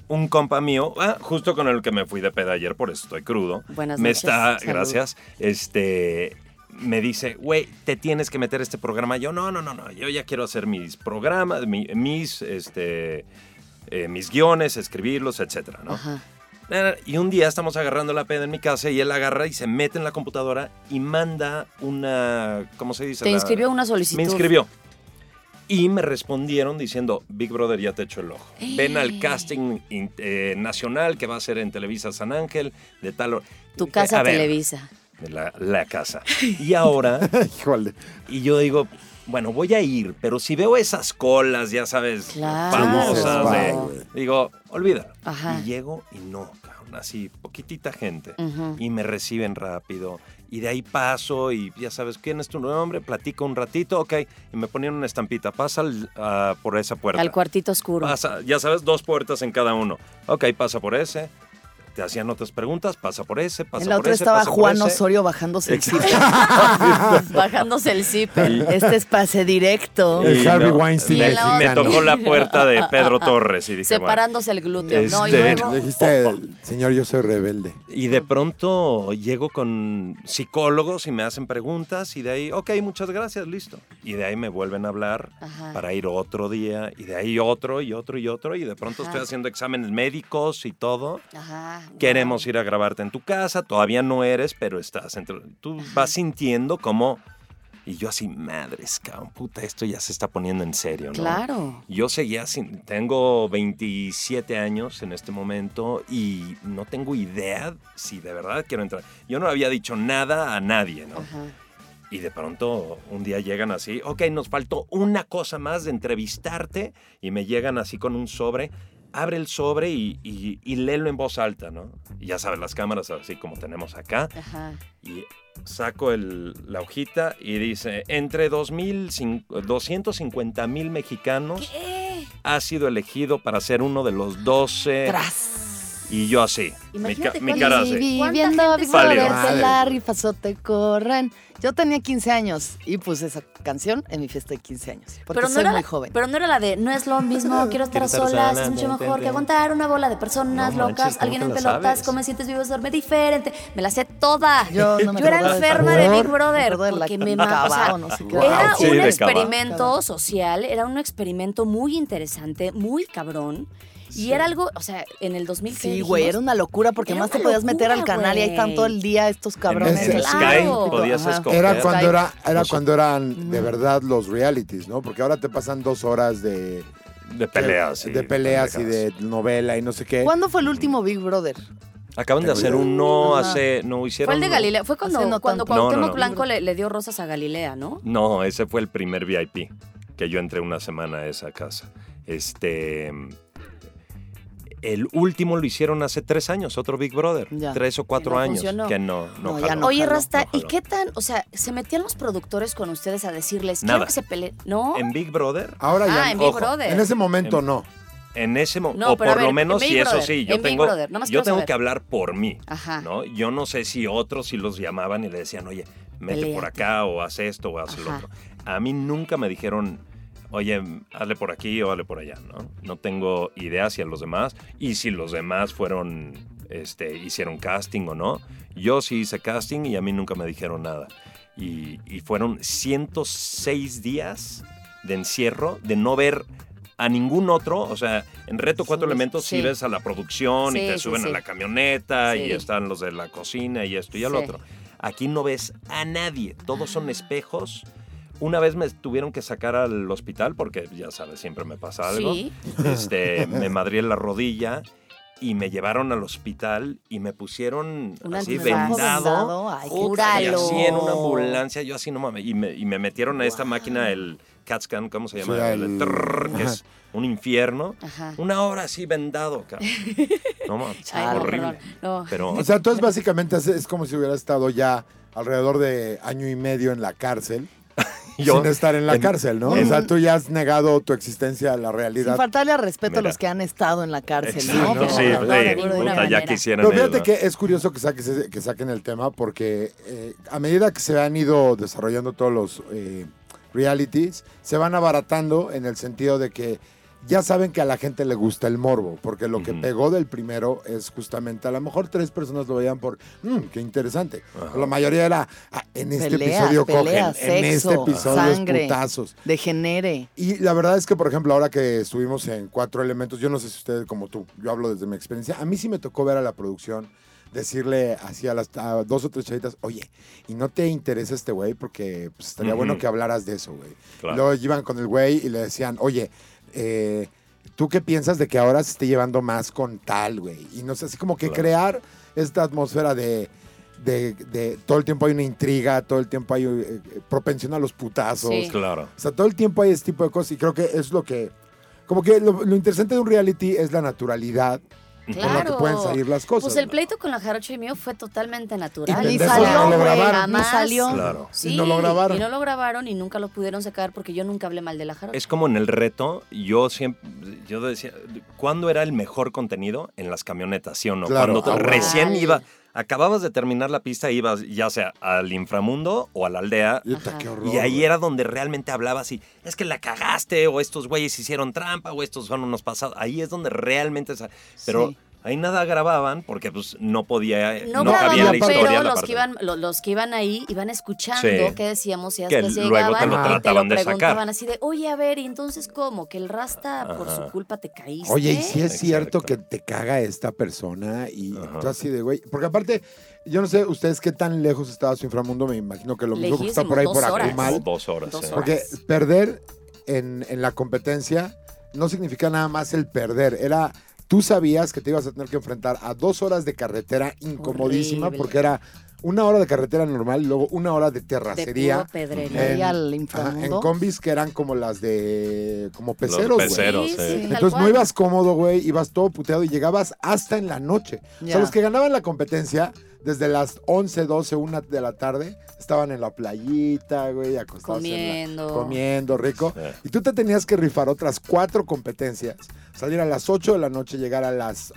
[SPEAKER 5] un compa mío, ah, justo con el que me fui de peda ayer, por eso estoy crudo.
[SPEAKER 3] Buenas
[SPEAKER 5] me
[SPEAKER 3] noches,
[SPEAKER 5] está,
[SPEAKER 3] salud.
[SPEAKER 5] gracias, este, me dice, güey, te tienes que meter a este programa. Yo, no, no, no, no, yo ya quiero hacer mis programas, mi- mis, este, eh, mis guiones, escribirlos, etcétera, ¿no?
[SPEAKER 3] Ajá.
[SPEAKER 5] Na, na, Y un día estamos agarrando la peda en mi casa y él agarra y se mete en la computadora y manda una, ¿cómo se dice?
[SPEAKER 3] Te
[SPEAKER 5] La-
[SPEAKER 3] inscribió una solicitud.
[SPEAKER 5] me inscribió. Y me respondieron diciendo, Big Brother ya te echo el ojo.
[SPEAKER 3] ¡Eh!
[SPEAKER 5] Ven al casting in- eh, nacional que va a ser en Televisa San Ángel, de tal hora".
[SPEAKER 3] Tu
[SPEAKER 5] Dije,
[SPEAKER 3] casa
[SPEAKER 5] Eh, "A ver,
[SPEAKER 3] Televisa.
[SPEAKER 5] de La, la casa. Y ahora,
[SPEAKER 3] [laughs]
[SPEAKER 4] Híjole.
[SPEAKER 5] y yo digo, bueno, voy a ir, pero si veo esas colas, ya sabes,
[SPEAKER 3] Claro.
[SPEAKER 5] famosas, de-
[SPEAKER 4] Wow, güey.
[SPEAKER 5] digo, olvídalo.
[SPEAKER 3] Ajá.
[SPEAKER 5] Y llego y no, cabrón, así, poquitita gente.
[SPEAKER 3] Ujú.
[SPEAKER 5] Y me reciben rápido. Y de ahí paso y ya sabes quién es tu nombre, platico un ratito, ok. Y me ponían una estampita, pasa al- ah, por esa puerta.
[SPEAKER 3] Al cuartito oscuro.
[SPEAKER 5] Pasa, ya sabes, dos puertas en cada uno. Ok, pasa por ese. Te hacían otras preguntas, pasa por ese, pasa
[SPEAKER 6] en la
[SPEAKER 5] por
[SPEAKER 6] otra
[SPEAKER 5] ese,
[SPEAKER 6] estaba
[SPEAKER 5] pasa por
[SPEAKER 6] Juan
[SPEAKER 5] ese.
[SPEAKER 6] Osorio bajándose el
[SPEAKER 5] Exacto.
[SPEAKER 6] zipper.
[SPEAKER 3] [laughs] Bajándose el zipper.
[SPEAKER 6] Este es pase directo.
[SPEAKER 4] El
[SPEAKER 5] Y
[SPEAKER 4] Harvey Weinstein
[SPEAKER 5] me,
[SPEAKER 3] mexicano.
[SPEAKER 5] me tocó la
[SPEAKER 3] [laughs]
[SPEAKER 5] puerta de Pedro Torres y dije, bueno.
[SPEAKER 3] Separándose el glúteo. No, y
[SPEAKER 5] Este-
[SPEAKER 3] luego.
[SPEAKER 4] Le dijiste, señor, yo soy rebelde.
[SPEAKER 5] Y de pronto llego con psicólogos y me hacen preguntas y de ahí, ok, muchas gracias, listo. Y de ahí me vuelven a hablar
[SPEAKER 3] Ajá.
[SPEAKER 5] para ir otro día y de ahí otro y otro y otro y de pronto
[SPEAKER 3] Ajá.
[SPEAKER 5] estoy haciendo exámenes médicos y todo.
[SPEAKER 3] Ajá.
[SPEAKER 5] Queremos ir a grabarte en tu casa, todavía no eres, pero estás. entre- Tú vas sintiendo como... Y yo así, madres, cabrón, puta, esto ya se está poniendo en serio, ¿no?
[SPEAKER 3] Claro.
[SPEAKER 5] Yo seguía sin. Tengo 27 años en este momento y no tengo idea si de verdad quiero entrar. Yo no había dicho nada a nadie, ¿no?
[SPEAKER 3] Ajá.
[SPEAKER 5] Y de pronto un día llegan así, ok, nos faltó una cosa más de entrevistarte y me llegan así con un sobre. Abre el sobre y, y, y léelo en voz alta, ¿no? Y ya sabes, las cámaras así como tenemos acá.
[SPEAKER 3] Ajá.
[SPEAKER 5] Y saco el- la hojita y dice, entre 2000, cin- 250 mil mexicanos
[SPEAKER 3] ¿Qué?
[SPEAKER 5] ha sido elegido para ser uno de los 12 Y yo así. Mi, ca-
[SPEAKER 3] Imagínate
[SPEAKER 5] mi
[SPEAKER 3] cuántos
[SPEAKER 5] cara
[SPEAKER 3] sí
[SPEAKER 5] así.
[SPEAKER 3] vi. ¿Cuánta
[SPEAKER 6] Viviendo
[SPEAKER 3] gente
[SPEAKER 6] Big
[SPEAKER 5] se Válido.
[SPEAKER 6] Brother, que
[SPEAKER 4] Madre.
[SPEAKER 6] la rifazote corran. Yo tenía 15 años y puse esa canción en mi fiesta de 15 años. Porque soy
[SPEAKER 3] era
[SPEAKER 6] muy
[SPEAKER 3] la,
[SPEAKER 6] joven.
[SPEAKER 3] Pero no era la de, no es lo
[SPEAKER 6] [laughs]
[SPEAKER 3] mismo, quiero estar
[SPEAKER 7] Quiero estar
[SPEAKER 3] sola,
[SPEAKER 7] sola,
[SPEAKER 3] es mucho
[SPEAKER 7] ten,
[SPEAKER 3] mejor
[SPEAKER 7] ten,
[SPEAKER 3] que
[SPEAKER 7] ten.
[SPEAKER 3] aguantar una bola de personas
[SPEAKER 7] No
[SPEAKER 3] locas,
[SPEAKER 7] manches, ¿cómo
[SPEAKER 3] alguien
[SPEAKER 7] te
[SPEAKER 3] en
[SPEAKER 7] la
[SPEAKER 3] pelotas,
[SPEAKER 7] sabes?
[SPEAKER 3] come sientes vivos, duerme diferente. Me la sé toda.
[SPEAKER 6] Yo no me
[SPEAKER 3] era
[SPEAKER 6] acordaba de
[SPEAKER 3] enferma
[SPEAKER 6] esa.
[SPEAKER 3] de Big
[SPEAKER 6] Por-
[SPEAKER 3] Brother,
[SPEAKER 6] Brother, la
[SPEAKER 3] porque me
[SPEAKER 6] cava,
[SPEAKER 3] mataba.
[SPEAKER 6] o no sé qué.
[SPEAKER 3] Era
[SPEAKER 5] Sí,
[SPEAKER 3] un
[SPEAKER 5] de
[SPEAKER 3] experimento social, era un experimento muy interesante, muy cabrón. Y era algo, o sea, en el 2000
[SPEAKER 6] Sí, güey, era una locura porque
[SPEAKER 3] Era
[SPEAKER 6] además te
[SPEAKER 3] una
[SPEAKER 6] podías meter al
[SPEAKER 3] locura,
[SPEAKER 6] canal y ahí están
[SPEAKER 3] güey.
[SPEAKER 6] todo el día estos cabrones.
[SPEAKER 4] ese
[SPEAKER 5] Sky
[SPEAKER 3] Claro.
[SPEAKER 5] podías
[SPEAKER 6] Ajá.
[SPEAKER 5] escoger.
[SPEAKER 4] Era
[SPEAKER 6] Coger.
[SPEAKER 4] cuando, era, era
[SPEAKER 6] Pues sí.
[SPEAKER 4] cuando eran de verdad los realities, ¿no? Porque ahora te pasan dos horas de
[SPEAKER 5] De peleas. y
[SPEAKER 4] de peleas y
[SPEAKER 5] pendejadas.
[SPEAKER 4] de novela y no sé qué.
[SPEAKER 6] ¿Cuándo fue el último Big Brother?
[SPEAKER 5] Acaban de hacer uno
[SPEAKER 6] Ajá.
[SPEAKER 5] hace... No hicieron...
[SPEAKER 3] Fue el de
[SPEAKER 5] uno.
[SPEAKER 3] Galilea, fue cuando,
[SPEAKER 6] Hace no
[SPEAKER 3] cuando
[SPEAKER 6] tanto.
[SPEAKER 5] No, no,
[SPEAKER 3] Cuauhtémoc
[SPEAKER 5] no.
[SPEAKER 3] Blanco le, le dio rosas a Galilea, ¿no?
[SPEAKER 5] No, ese fue el primer VIP que yo entré una semana a esa casa. Este. El último lo hicieron hace tres años, otro Big Brother.
[SPEAKER 6] Ya.
[SPEAKER 5] Tres o cuatro
[SPEAKER 3] no
[SPEAKER 5] años.
[SPEAKER 3] funcionó.
[SPEAKER 5] Que no, no,
[SPEAKER 6] No, ya
[SPEAKER 5] jaló.
[SPEAKER 6] no.
[SPEAKER 3] Oye,
[SPEAKER 6] jaló,
[SPEAKER 3] Rasta,
[SPEAKER 5] no
[SPEAKER 3] ¿y
[SPEAKER 5] jaló.
[SPEAKER 3] qué tan, o sea, se metían los productores con ustedes a decirles, quiero
[SPEAKER 5] Nada.
[SPEAKER 3] que se peleen? ¿No?
[SPEAKER 5] En Big Brother,
[SPEAKER 4] Ahora ya.
[SPEAKER 3] ah, en Big
[SPEAKER 5] ojo,
[SPEAKER 3] Brother.
[SPEAKER 4] en ese momento
[SPEAKER 5] En-
[SPEAKER 4] no.
[SPEAKER 5] en ese momento,
[SPEAKER 3] No,
[SPEAKER 5] o
[SPEAKER 3] pero a
[SPEAKER 5] por
[SPEAKER 3] ver,
[SPEAKER 5] lo
[SPEAKER 3] en
[SPEAKER 5] menos,
[SPEAKER 3] Big
[SPEAKER 5] y eso
[SPEAKER 3] Brother,
[SPEAKER 5] sí, yo
[SPEAKER 3] en Big
[SPEAKER 5] tengo,
[SPEAKER 3] Brother, nada más
[SPEAKER 5] yo
[SPEAKER 3] quiero
[SPEAKER 5] tengo
[SPEAKER 3] saber.
[SPEAKER 5] que hablar por mí.
[SPEAKER 3] Ajá.
[SPEAKER 5] ¿no? Yo no sé si otros si los llamaban y le decían, oye, mete
[SPEAKER 3] Pelea.
[SPEAKER 5] por acá o haz esto o haz lo
[SPEAKER 3] Ajá.
[SPEAKER 5] otro. A mí nunca me dijeron, oye, hazle por aquí o hazle por allá, ¿no? No tengo idea si a los demás y si los demás fueron, este, hicieron casting o no. Yo sí hice casting y a mí nunca me dijeron nada. Y, y fueron 106 días de encierro, de no ver a ningún otro, o sea, en Reto Cuatro
[SPEAKER 3] Sí,
[SPEAKER 5] Elementos sí
[SPEAKER 3] sí.
[SPEAKER 5] ves a la producción y
[SPEAKER 3] Sí,
[SPEAKER 5] te
[SPEAKER 3] sí,
[SPEAKER 5] suben a
[SPEAKER 3] sí.
[SPEAKER 5] la camioneta
[SPEAKER 3] Sí.
[SPEAKER 5] y están los de la cocina y esto y el
[SPEAKER 3] Sí.
[SPEAKER 5] otro. Aquí no ves a nadie, todos son espejos. Una vez me tuvieron que sacar al hospital porque ya sabes, siempre me pasa algo.
[SPEAKER 3] Sí. [laughs]
[SPEAKER 5] Este, me madrié la rodilla y me llevaron al hospital y me pusieron
[SPEAKER 3] Un
[SPEAKER 5] así
[SPEAKER 3] antibajo
[SPEAKER 5] vendado,
[SPEAKER 6] vendado, ay, qué
[SPEAKER 5] Puta, y
[SPEAKER 3] cúralo.
[SPEAKER 5] así en una ambulancia, yo así no mames, y me, y me metieron a esta máquina el CAT scan, ¿cómo se llama?
[SPEAKER 4] Sí,
[SPEAKER 5] El
[SPEAKER 4] el-
[SPEAKER 5] trrr, que es un infierno.
[SPEAKER 3] Ajá.
[SPEAKER 5] Una hora así vendado,
[SPEAKER 3] [laughs]
[SPEAKER 5] cabrón. No mames,
[SPEAKER 3] Ay, no,
[SPEAKER 5] horrible.
[SPEAKER 3] perdón, no.
[SPEAKER 5] Pero
[SPEAKER 3] [laughs]
[SPEAKER 4] O sea, entonces básicamente es, es como si hubiera estado ya alrededor de año y medio en la cárcel.
[SPEAKER 5] Yo-
[SPEAKER 4] sin estar en la
[SPEAKER 5] en-
[SPEAKER 4] cárcel, ¿no?
[SPEAKER 5] en-
[SPEAKER 4] o sea, tú ya has negado tu existencia a la
[SPEAKER 6] Sin
[SPEAKER 4] realidad.
[SPEAKER 6] faltarle al respeto a
[SPEAKER 5] Mira.
[SPEAKER 6] los que han estado en la cárcel,
[SPEAKER 5] Exacto,
[SPEAKER 6] ¿no?
[SPEAKER 5] sí, sí,
[SPEAKER 3] no, de
[SPEAKER 5] puta,
[SPEAKER 3] ninguna
[SPEAKER 5] ya
[SPEAKER 3] manera.
[SPEAKER 5] quisieran
[SPEAKER 4] Pero
[SPEAKER 5] ellos,
[SPEAKER 4] fíjate
[SPEAKER 5] ¿no?
[SPEAKER 4] que es curioso que, saques ese- que saquen el tema porque eh, a medida que se han ido desarrollando todos los eh, realities, se van abaratando en el sentido de que ya saben que a la gente le gusta el morbo, porque lo que
[SPEAKER 5] Ujú.
[SPEAKER 4] pegó del primero es justamente, a lo mejor tres personas lo veían por, mmm, qué interesante.
[SPEAKER 5] Ajá.
[SPEAKER 4] La mayoría era, "Ah, en este
[SPEAKER 6] Peleas,
[SPEAKER 4] episodio
[SPEAKER 6] peleas,
[SPEAKER 4] cogen, en
[SPEAKER 6] sexo,
[SPEAKER 4] este episodio es
[SPEAKER 6] sangre.
[SPEAKER 4] putazos.
[SPEAKER 6] Degenere.
[SPEAKER 4] Y la verdad es que, por ejemplo, ahora que estuvimos en Cuatro Elementos, yo no sé si ustedes como tú, yo hablo desde mi experiencia, a mí sí me tocó ver a la producción decirle así a las a dos o tres chavitas, oye, ¿y no te interesa este güey? Porque pues, estaría
[SPEAKER 5] Ujú.
[SPEAKER 4] bueno que hablaras de eso, güey.
[SPEAKER 5] Claro.
[SPEAKER 4] Luego iban con el güey y le decían, oye, eh, ¿tú qué piensas de que ahora se esté llevando más con tal, güey? Y no sé, así como que
[SPEAKER 5] Claro.
[SPEAKER 4] crear esta atmósfera de... De, de- todo el tiempo hay una intriga, todo el tiempo hay eh, propensión a los putazos,
[SPEAKER 3] Sí.
[SPEAKER 5] Claro.
[SPEAKER 4] o sea, todo el tiempo hay ese tipo de cosas y creo que es lo que... Como que lo, lo interesante de un reality es la naturalidad por la que
[SPEAKER 3] Claro.
[SPEAKER 4] pueden salir las cosas.
[SPEAKER 3] Pues el pleito con la jarocha y mío fue totalmente natural.
[SPEAKER 4] Y
[SPEAKER 6] Ni
[SPEAKER 4] pendejo, no
[SPEAKER 6] salió,
[SPEAKER 4] lo
[SPEAKER 6] güey.
[SPEAKER 4] grabaron.
[SPEAKER 6] Ni
[SPEAKER 3] Jamás.
[SPEAKER 6] salió.
[SPEAKER 5] Claro.
[SPEAKER 3] Sí,
[SPEAKER 4] Y no lo grabaron.
[SPEAKER 3] Y no lo grabaron y nunca lo pudieron sacar porque yo nunca hablé mal de la jarocha.
[SPEAKER 5] Es como en el reto, yo siempre, yo decía, ¿cuándo era el mejor contenido? En las camionetas, ¿sí o no?
[SPEAKER 4] Claro,
[SPEAKER 5] Cuando
[SPEAKER 4] ah,
[SPEAKER 5] te-
[SPEAKER 4] bueno.
[SPEAKER 5] recién
[SPEAKER 3] Ay.
[SPEAKER 5] iba, acababas de terminar la pista, ibas ya sea al inframundo o a la aldea.
[SPEAKER 4] Y, puta,
[SPEAKER 3] Ajá.
[SPEAKER 4] qué horror,
[SPEAKER 5] Y ahí
[SPEAKER 4] güey.
[SPEAKER 5] era donde realmente hablabas y es que la cagaste o estos güeyes hicieron trampa o estos son unos pasados. Ahí es donde realmente... sa- Pero
[SPEAKER 6] Sí.
[SPEAKER 5] ahí nada grababan porque pues no podía...
[SPEAKER 3] No,
[SPEAKER 5] cabía
[SPEAKER 3] grababan,
[SPEAKER 5] la historia.
[SPEAKER 3] pero
[SPEAKER 5] la
[SPEAKER 3] los
[SPEAKER 5] parte.
[SPEAKER 3] que, iban, lo- los que iban ahí iban escuchando
[SPEAKER 5] Sí.
[SPEAKER 3] qué decíamos y
[SPEAKER 5] Que
[SPEAKER 3] hasta se
[SPEAKER 5] luego te lo
[SPEAKER 3] llegaban y te
[SPEAKER 5] trataban
[SPEAKER 3] lo
[SPEAKER 5] de sacar.
[SPEAKER 3] preguntaban así de, oye, a ver, ¿y entonces cómo? ¿Que el Rasta por
[SPEAKER 5] Ajá.
[SPEAKER 3] su culpa te caíste?
[SPEAKER 4] Oye, y si es
[SPEAKER 5] Exacto.
[SPEAKER 4] cierto que te caga esta persona y
[SPEAKER 5] Ajá.
[SPEAKER 4] tú así de güey. Porque aparte, yo no sé ustedes qué tan lejos estaba su inframundo, me imagino que lo mismo que está por ahí
[SPEAKER 3] Lejísimos,
[SPEAKER 4] por
[SPEAKER 3] dos horas.
[SPEAKER 4] Acumal.
[SPEAKER 5] Dos horas. eh.
[SPEAKER 3] Dos
[SPEAKER 5] sí.
[SPEAKER 3] horas.
[SPEAKER 4] Porque perder en, en la competencia no significa nada más el perder, era... Tú sabías que te ibas a tener que enfrentar a dos horas de carretera incomodísima
[SPEAKER 3] Horrible.
[SPEAKER 4] porque era una hora de carretera normal y luego una hora de
[SPEAKER 3] de
[SPEAKER 4] terracería.
[SPEAKER 3] puro pedrería.
[SPEAKER 4] En-
[SPEAKER 6] Y al
[SPEAKER 4] Ajá, en
[SPEAKER 6] inframundo.
[SPEAKER 4] combis que eran como las de... como
[SPEAKER 5] Los
[SPEAKER 4] peceros, güey.
[SPEAKER 5] peceros,
[SPEAKER 3] Sí,
[SPEAKER 5] sí.
[SPEAKER 3] sí. Tal
[SPEAKER 4] Entonces no
[SPEAKER 3] cual.
[SPEAKER 4] ibas cómodo, güey, ibas todo puteado y llegabas hasta en la noche. O sea,
[SPEAKER 6] Ya.
[SPEAKER 4] los que ganaban la competencia, desde las 11, 12, 1 de la tarde, estaban en la playita, güey, acostados. en la-
[SPEAKER 3] Comiendo.
[SPEAKER 4] comiendo rico.
[SPEAKER 5] Sí.
[SPEAKER 4] Y tú te tenías que rifar otras cuatro competencias. Salir a las 8 de la noche, llegar a las,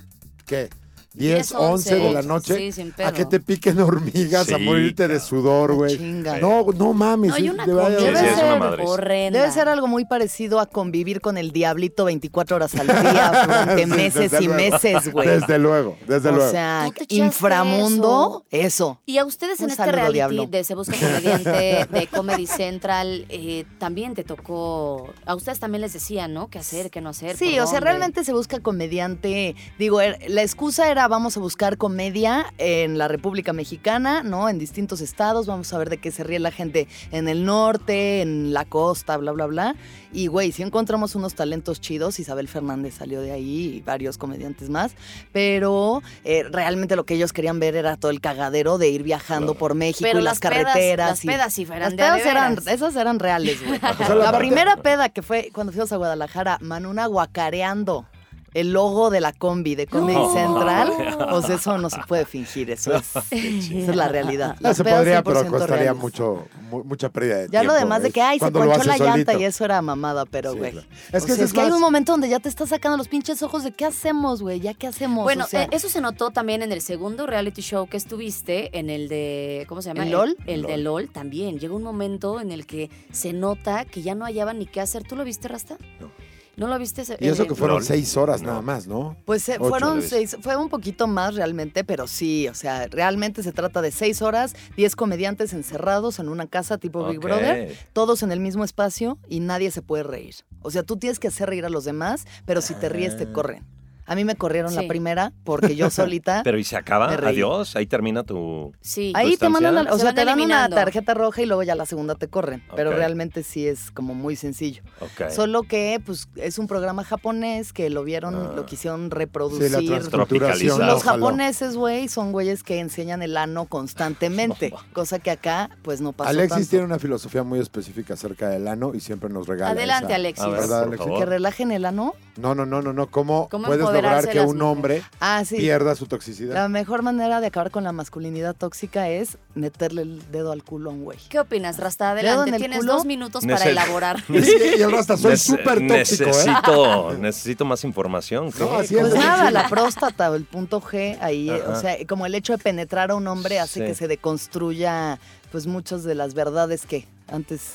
[SPEAKER 4] ¿qué? 10, 11 de la noche
[SPEAKER 3] Sí, sin pedo.
[SPEAKER 4] a que te piquen hormigas, a
[SPEAKER 5] Sí,
[SPEAKER 4] morirte de
[SPEAKER 5] cabrón.
[SPEAKER 4] sudor, güey.
[SPEAKER 6] Ah, Chinga.
[SPEAKER 4] No, no mames.
[SPEAKER 3] No, hay una
[SPEAKER 4] de verdad,
[SPEAKER 3] comida
[SPEAKER 6] Debe ser
[SPEAKER 5] madre.
[SPEAKER 3] horrenda.
[SPEAKER 6] Debe ser algo muy parecido a convivir con el diablito 24 horas
[SPEAKER 4] [laughs]
[SPEAKER 6] al día durante
[SPEAKER 4] Desde
[SPEAKER 6] meses y
[SPEAKER 4] luego.
[SPEAKER 6] meses, güey.
[SPEAKER 4] Desde luego, desde
[SPEAKER 6] o
[SPEAKER 4] luego.
[SPEAKER 6] sea,
[SPEAKER 3] ¿No te echaste
[SPEAKER 6] inframundo, eso.
[SPEAKER 3] Y a ustedes
[SPEAKER 6] Un
[SPEAKER 3] en este
[SPEAKER 6] saludo,
[SPEAKER 3] reality
[SPEAKER 6] diablo.
[SPEAKER 3] de Se Busca
[SPEAKER 6] [laughs]
[SPEAKER 3] Comediante de Comedy Central, eh, también te tocó. A ustedes también les decían, ¿no? ¿Qué hacer, qué no hacer?
[SPEAKER 6] Sí,
[SPEAKER 3] por
[SPEAKER 6] o sea,
[SPEAKER 3] dónde.
[SPEAKER 6] realmente se busca comediante. Digo, er- la excusa era vamos a buscar comedia en la República Mexicana, ¿no? En distintos estados, vamos a ver de qué se ríe la gente en el norte, en la costa, bla, bla, bla. Y, güey, sí encontramos unos talentos chidos. Isabel Fernández salió de ahí y varios comediantes más. Pero eh, realmente lo que ellos querían ver era todo el cagadero de ir viajando por México
[SPEAKER 3] Pero
[SPEAKER 6] y las,
[SPEAKER 3] las pedas-
[SPEAKER 6] carreteras.
[SPEAKER 3] las
[SPEAKER 6] y-
[SPEAKER 3] pedas sí fueran
[SPEAKER 6] las
[SPEAKER 3] de a
[SPEAKER 6] pedas
[SPEAKER 3] de
[SPEAKER 6] eran,
[SPEAKER 3] veras.
[SPEAKER 6] esas eran
[SPEAKER 3] [laughs]
[SPEAKER 6] reales, güey.
[SPEAKER 4] sea, la
[SPEAKER 6] la
[SPEAKER 4] parte-
[SPEAKER 6] primera peda que fue cuando fuimos a Guadalajara, Manuna guacareando el logo de la combi de Comedy
[SPEAKER 3] [laughs]
[SPEAKER 5] No.
[SPEAKER 6] Central, pues eso no se puede fingir, eso es, esa es la realidad.
[SPEAKER 4] No,
[SPEAKER 6] Las
[SPEAKER 4] se
[SPEAKER 6] pedas
[SPEAKER 4] podría, pero
[SPEAKER 6] 100%
[SPEAKER 4] costaría
[SPEAKER 6] reales.
[SPEAKER 4] mucho, mu- mucha pérdida de
[SPEAKER 6] Ya
[SPEAKER 4] tiempo.
[SPEAKER 6] lo demás de
[SPEAKER 4] es
[SPEAKER 6] que, ay, se
[SPEAKER 4] cuando lo
[SPEAKER 6] ponchó la
[SPEAKER 4] haces
[SPEAKER 6] llanta
[SPEAKER 4] solito.
[SPEAKER 6] y eso era mamada, pero
[SPEAKER 4] Sí,
[SPEAKER 6] güey.
[SPEAKER 4] claro.
[SPEAKER 6] O sea, Es
[SPEAKER 4] Es
[SPEAKER 6] que,
[SPEAKER 4] que ese es
[SPEAKER 6] hay
[SPEAKER 4] más-
[SPEAKER 6] un momento donde ya te está sacando los pinches ojos de qué hacemos, güey, ya qué hacemos.
[SPEAKER 3] Bueno,
[SPEAKER 6] o sea,
[SPEAKER 3] eh, eso se notó también en el segundo reality show que estuviste, en el de. ¿Cómo se llama?
[SPEAKER 6] ¿El LOL?
[SPEAKER 3] El, de LOL también. Llegó un momento en el que se nota que ya no hallaba ni qué hacer. ¿Tú lo viste, Rasta?
[SPEAKER 5] No.
[SPEAKER 3] ¿No lo viste? Eh,
[SPEAKER 4] Y eso que fueron
[SPEAKER 5] Lol.
[SPEAKER 4] seis horas nada
[SPEAKER 5] No.
[SPEAKER 4] más, ¿no?
[SPEAKER 6] Pues eh,
[SPEAKER 4] Ocho,
[SPEAKER 6] fueron
[SPEAKER 5] Luis.
[SPEAKER 6] seis, fue un poquito más realmente, pero sí, o sea, realmente se trata de seis horas, diez comediantes encerrados en una casa tipo Big
[SPEAKER 5] Ok.
[SPEAKER 6] Brother, todos en el mismo espacio y nadie se puede reír. O sea, tú tienes que hacer reír a los demás, pero si te ríes
[SPEAKER 5] Ah.
[SPEAKER 6] te corren. A mí me corrieron
[SPEAKER 3] Sí.
[SPEAKER 6] la primera
[SPEAKER 5] [laughs]
[SPEAKER 6] porque yo solita.
[SPEAKER 5] Pero y se acaba,
[SPEAKER 6] Me reí.
[SPEAKER 5] adiós, ahí termina tu...
[SPEAKER 3] eh, Sí.
[SPEAKER 6] Ahí te
[SPEAKER 5] ¿Sustancia?
[SPEAKER 6] mandan, al- o
[SPEAKER 3] Se
[SPEAKER 6] sea,
[SPEAKER 3] van
[SPEAKER 6] te dan una
[SPEAKER 3] eliminando.
[SPEAKER 6] tarjeta roja y luego ya la segunda te corren. Pero
[SPEAKER 5] Ok.
[SPEAKER 6] realmente sí es como muy sencillo.
[SPEAKER 5] Ok.
[SPEAKER 6] Solo que, pues, es un programa japonés que lo vieron,
[SPEAKER 5] Ah.
[SPEAKER 6] lo quisieron
[SPEAKER 4] Sí,
[SPEAKER 6] reproducir.
[SPEAKER 4] la transculturación.
[SPEAKER 5] Tropicalizar.
[SPEAKER 6] Los
[SPEAKER 4] ojalá.
[SPEAKER 6] japoneses, güey, son güeyes que enseñan el ano constantemente, cosa que acá, pues, no pasa
[SPEAKER 4] Alexis
[SPEAKER 6] tanto.
[SPEAKER 4] tiene una filosofía muy específica acerca del ano y siempre nos regala.
[SPEAKER 3] Adelante,
[SPEAKER 4] esa.
[SPEAKER 3] Alexis.
[SPEAKER 5] A ver,
[SPEAKER 4] ¿Verdad,
[SPEAKER 5] por
[SPEAKER 4] Alexis?
[SPEAKER 5] favor.
[SPEAKER 6] Que relajen el ano.
[SPEAKER 4] No, no, no, no, no. ¿Cómo,
[SPEAKER 3] ¿Cómo
[SPEAKER 4] puedes lograr
[SPEAKER 3] empoderarse
[SPEAKER 4] que
[SPEAKER 3] las
[SPEAKER 4] un
[SPEAKER 3] mujeres?
[SPEAKER 4] hombre
[SPEAKER 6] Ah, sí.
[SPEAKER 4] pierda su toxicidad?
[SPEAKER 6] La mejor manera de acabar con la masculinidad tóxica es meterle el dedo al culo a un güey.
[SPEAKER 3] ¿Qué opinas, Rasta?
[SPEAKER 6] Dedo en
[SPEAKER 3] Adelante,
[SPEAKER 6] el
[SPEAKER 3] tienes
[SPEAKER 6] culo.
[SPEAKER 3] dos minutos para
[SPEAKER 5] Neces-
[SPEAKER 3] elaborar. [laughs]
[SPEAKER 4] [laughs]
[SPEAKER 5] [laughs]
[SPEAKER 4] Sí, y el rasta, soy
[SPEAKER 5] Nece-
[SPEAKER 4] súper tóxico, ¿eh?
[SPEAKER 5] necesito, necesito más información.
[SPEAKER 4] No,
[SPEAKER 5] ¿qué?
[SPEAKER 4] así es.
[SPEAKER 6] Pues
[SPEAKER 4] Dedo en el
[SPEAKER 6] nada,
[SPEAKER 4] culo.
[SPEAKER 6] la próstata o el punto G ahí, eh, o
[SPEAKER 5] Ajá.
[SPEAKER 6] sea, como el hecho de penetrar a un hombre
[SPEAKER 5] Sí.
[SPEAKER 6] hace que se deconstruya, pues, muchas de las verdades que antes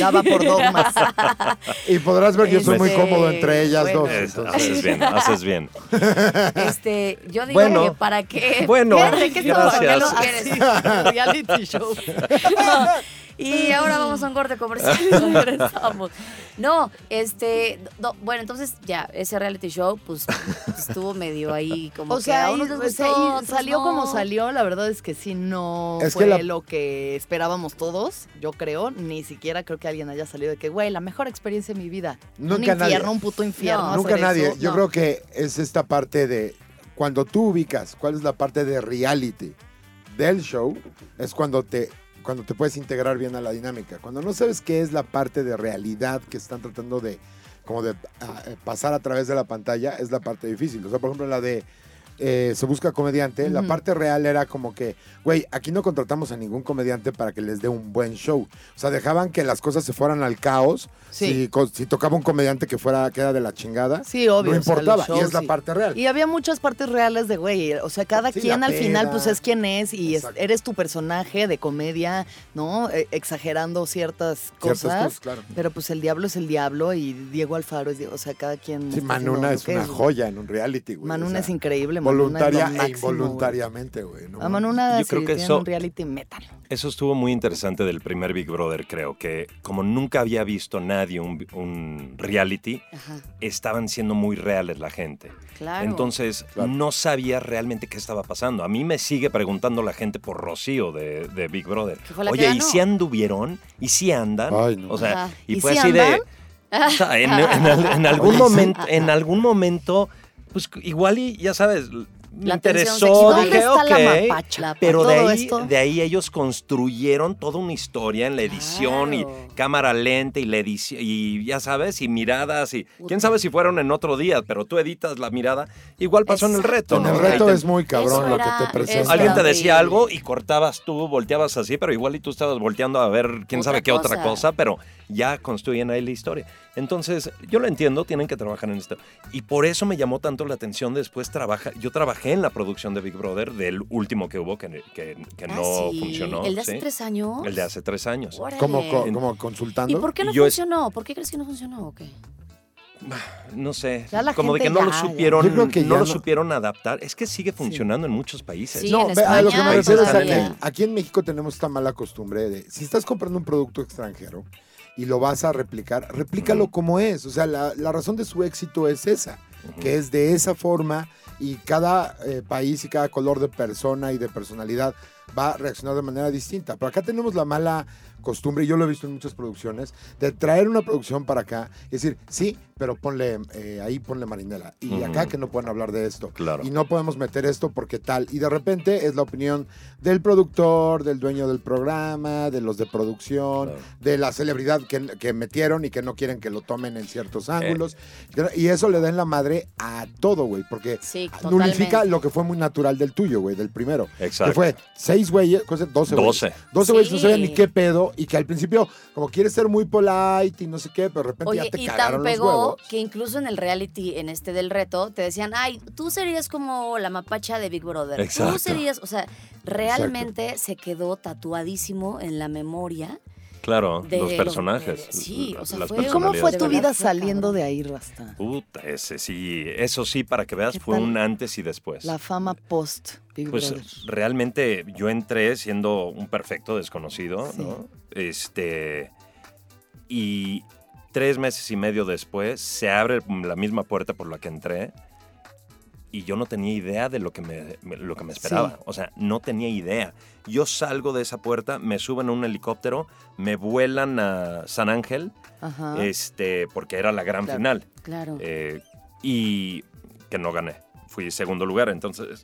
[SPEAKER 6] daba por dogmas.
[SPEAKER 4] Y podrás ver que yo soy muy
[SPEAKER 3] Este,
[SPEAKER 4] cómodo entre ellas
[SPEAKER 3] bueno.
[SPEAKER 4] dos.
[SPEAKER 5] Es-
[SPEAKER 4] entonces.
[SPEAKER 5] haces bien, haces bien.
[SPEAKER 3] Este, yo digo
[SPEAKER 5] Bueno.
[SPEAKER 3] que para qué.
[SPEAKER 5] Bueno,
[SPEAKER 3] Fíjate
[SPEAKER 6] [laughs]
[SPEAKER 3] que esto para qué lo
[SPEAKER 5] gracias.
[SPEAKER 3] quieres.
[SPEAKER 6] reality show.
[SPEAKER 3] Y ahora vamos a un corte comercial y
[SPEAKER 6] [laughs]
[SPEAKER 3] regresamos. No, este, do- bueno, entonces ya, ese reality show, pues, estuvo medio ahí como
[SPEAKER 6] O
[SPEAKER 3] que
[SPEAKER 6] sea,
[SPEAKER 3] a
[SPEAKER 6] y-
[SPEAKER 3] unos les
[SPEAKER 6] o sea,
[SPEAKER 3] gustó,
[SPEAKER 6] y
[SPEAKER 3] a otros
[SPEAKER 6] salió
[SPEAKER 3] no.
[SPEAKER 6] como salió, la verdad es que sí, no
[SPEAKER 4] Es que
[SPEAKER 6] fue
[SPEAKER 4] la-
[SPEAKER 6] lo que esperábamos todos, yo creo, ni siquiera creo que alguien haya salido de que, güey, la mejor experiencia de mi vida. un
[SPEAKER 4] Nunca
[SPEAKER 6] infierno,
[SPEAKER 4] nadie.
[SPEAKER 6] un puto infierno.
[SPEAKER 3] No,
[SPEAKER 4] Nunca
[SPEAKER 6] hacer
[SPEAKER 4] nadie.
[SPEAKER 6] eso.
[SPEAKER 4] Yo
[SPEAKER 3] no.
[SPEAKER 4] creo que es esta parte de cuando tú ubicas cuál es la parte de reality del show, es cuando te cuando te puedes integrar bien a la dinámica. Cuando no sabes qué es la parte de realidad que están tratando de como de ah, eh, pasar a través de la pantalla, es la parte difícil. O sea, por ejemplo, la de eh, se busca comediante, la
[SPEAKER 6] Ujú.
[SPEAKER 4] parte real era como que, güey, aquí no contratamos a ningún comediante para que les dé un buen show. O sea, dejaban que las cosas se fueran al caos.
[SPEAKER 6] Sí.
[SPEAKER 4] Si, co- si tocaba un comediante que fuera que era de la chingada,
[SPEAKER 6] Sí, obvio.
[SPEAKER 4] no
[SPEAKER 6] o sea, los
[SPEAKER 4] importaba.
[SPEAKER 6] shows,
[SPEAKER 4] y es la
[SPEAKER 6] sí.
[SPEAKER 4] parte real.
[SPEAKER 6] Y había muchas partes reales de güey, o sea, cada
[SPEAKER 4] Sí,
[SPEAKER 6] quien
[SPEAKER 4] la
[SPEAKER 6] al final
[SPEAKER 4] peda.
[SPEAKER 6] pues es quien es y es-
[SPEAKER 4] Exacto.
[SPEAKER 6] eres tu personaje de comedia, ¿no? Eh, exagerando ciertas
[SPEAKER 4] Ciertas
[SPEAKER 6] cosas.
[SPEAKER 4] claro.
[SPEAKER 6] Pero pues el diablo es el diablo y Diego Alfaro es, este, Diego, o sea, cada quien...
[SPEAKER 4] Sí,
[SPEAKER 6] está haciendo
[SPEAKER 4] Manuna
[SPEAKER 6] lo
[SPEAKER 4] es
[SPEAKER 6] que
[SPEAKER 4] una
[SPEAKER 6] güey.
[SPEAKER 4] joya en un reality, güey.
[SPEAKER 6] Manuna
[SPEAKER 4] o sea,
[SPEAKER 6] es increíble.
[SPEAKER 4] Voluntaria
[SPEAKER 6] Manuna
[SPEAKER 4] e
[SPEAKER 6] es lo máximo, güey.
[SPEAKER 4] involuntariamente, güey. no
[SPEAKER 6] A
[SPEAKER 4] mames.
[SPEAKER 6] Manuna
[SPEAKER 5] Yo
[SPEAKER 6] sí,
[SPEAKER 5] creo que
[SPEAKER 6] tienen
[SPEAKER 5] eso-
[SPEAKER 6] un reality metal.
[SPEAKER 5] Eso estuvo muy interesante del primer Big Brother, creo, que como nunca había visto nadie un, un reality,
[SPEAKER 3] Ajá,
[SPEAKER 5] estaban siendo muy reales la gente.
[SPEAKER 3] claro.
[SPEAKER 5] Entonces,
[SPEAKER 4] Claro.
[SPEAKER 5] no sabía realmente qué estaba pasando. A mí me sigue preguntando la gente por Rocío de, de Big Brother.
[SPEAKER 3] Que fue la que
[SPEAKER 5] Oye, ¿y
[SPEAKER 3] ganó.
[SPEAKER 5] si anduvieron? ¿Y si andan?
[SPEAKER 4] Ay, no.
[SPEAKER 5] O sea,
[SPEAKER 3] Ajá.
[SPEAKER 5] y
[SPEAKER 6] ¿Y
[SPEAKER 5] fue
[SPEAKER 6] si
[SPEAKER 5] así de...
[SPEAKER 6] andan?
[SPEAKER 5] o sea, en, en al-
[SPEAKER 3] [laughs]
[SPEAKER 5] en algún
[SPEAKER 4] Oye, sí.
[SPEAKER 5] momento, en algún momento, pues igual y ya sabes, me
[SPEAKER 3] La
[SPEAKER 5] interesó,
[SPEAKER 3] tensión sexual.
[SPEAKER 5] dije,
[SPEAKER 6] ¿Dónde está la
[SPEAKER 5] ok,
[SPEAKER 6] mapacha?
[SPEAKER 3] La-
[SPEAKER 5] pero de
[SPEAKER 6] Todo
[SPEAKER 5] ahí,
[SPEAKER 6] esto.
[SPEAKER 5] de ahí ellos construyeron toda una historia en la edición
[SPEAKER 3] Claro.
[SPEAKER 5] y cámara lenta y la edición, y ya sabes, y miradas y quién sabe si fueron en otro día, pero tú editas la mirada. Igual pasó en el reto.
[SPEAKER 4] En el
[SPEAKER 5] ¿no?
[SPEAKER 4] reto
[SPEAKER 5] Ahí te-
[SPEAKER 4] es muy cabrón
[SPEAKER 3] Eso
[SPEAKER 4] lo que
[SPEAKER 3] era-
[SPEAKER 4] te presenta.
[SPEAKER 5] Alguien te
[SPEAKER 3] Está
[SPEAKER 5] decía
[SPEAKER 3] horrible.
[SPEAKER 5] algo y cortabas tú, volteabas así, pero igual y tú estabas volteando a ver quién
[SPEAKER 3] Otra
[SPEAKER 5] sabe qué otra
[SPEAKER 3] cosa.
[SPEAKER 5] cosa, pero ya construyen ahí la historia. Entonces, yo lo entiendo, tienen que trabajar en esto. Y por eso me llamó tanto la atención después trabaja, yo trabajé en la producción de Big Brother, del último que hubo que, que- que
[SPEAKER 3] Ah,
[SPEAKER 5] no
[SPEAKER 3] sí.
[SPEAKER 5] funcionó.
[SPEAKER 3] ¿El de hace
[SPEAKER 5] ¿sí?
[SPEAKER 3] tres años?
[SPEAKER 5] El de hace tres años.
[SPEAKER 3] Órale.
[SPEAKER 4] Como, co- como consultando.
[SPEAKER 3] ¿Y por qué no
[SPEAKER 5] Yo es-
[SPEAKER 3] funcionó? ¿Por qué crees que no funcionó o qué?
[SPEAKER 5] No sé,
[SPEAKER 6] Ya la
[SPEAKER 5] como de que
[SPEAKER 6] gente
[SPEAKER 5] no lo
[SPEAKER 6] ya, ya.
[SPEAKER 5] supieron,
[SPEAKER 4] Yo creo que
[SPEAKER 5] no
[SPEAKER 4] ya no-
[SPEAKER 5] lo supieron adaptar. Es que sigue funcionando en muchos países.
[SPEAKER 3] Sí,
[SPEAKER 4] no,
[SPEAKER 3] en
[SPEAKER 4] ve, a lo que
[SPEAKER 3] España
[SPEAKER 4] me refiero es a
[SPEAKER 5] todavía.
[SPEAKER 4] que aquí en México tenemos esta mala costumbre de si estás comprando un producto extranjero y lo vas a replicar, replícalo como es. O sea, la, la razón de su éxito es esa, que es de esa forma y cada eh, país y cada color de persona y de personalidad va a reaccionar de manera distinta. Pero acá tenemos la mala costumbre, y yo lo he visto en muchas producciones, de traer una producción para acá y decir, sí, pero ponle eh, ahí, ponle marinela. Y acá
[SPEAKER 5] Ujú.
[SPEAKER 4] que no pueden hablar de esto.
[SPEAKER 5] Claro.
[SPEAKER 4] Y no podemos meter esto porque tal. Y de repente es la opinión del productor, del dueño del programa, de los de producción,
[SPEAKER 5] Claro.
[SPEAKER 4] de la celebridad que, que metieron y que no quieren que lo tomen en
[SPEAKER 5] Eh.
[SPEAKER 4] ciertos ángulos. Y eso le da en la madre a todo, güey, porque
[SPEAKER 3] Sí,
[SPEAKER 4] nulifica
[SPEAKER 3] totalmente.
[SPEAKER 4] lo que fue muy natural del tuyo, güey, del primero.
[SPEAKER 5] Exacto.
[SPEAKER 4] Que fue seis güeyes, ¿cuántos eran? doce güeyes.
[SPEAKER 5] Doce.
[SPEAKER 4] Doce güeyes no
[SPEAKER 3] Sí.
[SPEAKER 4] sabían ni qué pedo y que al principio, como quieres ser muy polite y no sé qué, pero de repente
[SPEAKER 3] Oye,
[SPEAKER 4] ya te
[SPEAKER 3] y tan
[SPEAKER 4] cagaron los
[SPEAKER 3] pegó
[SPEAKER 4] huevos.
[SPEAKER 3] que incluso en el reality, en este del reto, te decían, ay, tú serías como la mapacha de Big Brother.
[SPEAKER 5] Exacto.
[SPEAKER 3] Tú serías, o sea, realmente se quedó tatuadísimo en la memoria.
[SPEAKER 5] Claro,
[SPEAKER 3] de
[SPEAKER 5] los
[SPEAKER 3] los-
[SPEAKER 5] personajes.
[SPEAKER 3] de- sí,
[SPEAKER 5] la-
[SPEAKER 3] o sea,
[SPEAKER 5] las
[SPEAKER 3] fue-
[SPEAKER 6] ¿Y cómo fue
[SPEAKER 5] personalidades.
[SPEAKER 6] tu
[SPEAKER 3] De verdad
[SPEAKER 6] vida
[SPEAKER 3] fue cabrón.
[SPEAKER 6] saliendo de ahí, Rasta?
[SPEAKER 5] Puta, ese sí, eso sí, para que veas,
[SPEAKER 6] ¿Qué
[SPEAKER 5] fue
[SPEAKER 6] tal?
[SPEAKER 5] un antes y después.
[SPEAKER 6] La fama post Big
[SPEAKER 5] Pues
[SPEAKER 6] Brother.
[SPEAKER 5] realmente yo entré siendo un perfecto desconocido, ¿no? Este. Y tres meses y medio después se abre la misma puerta por la que entré. Y yo no tenía idea de lo que me, me- lo que me esperaba.
[SPEAKER 6] Sí.
[SPEAKER 5] O sea, no tenía idea. Yo salgo de esa puerta, me suben a un helicóptero, me vuelan a San Ángel,
[SPEAKER 6] Ajá.
[SPEAKER 5] este, porque era la gran
[SPEAKER 6] Ah. Claro.
[SPEAKER 5] final.
[SPEAKER 3] Claro.
[SPEAKER 5] Eh, y que no gané. Fui segundo lugar. Entonces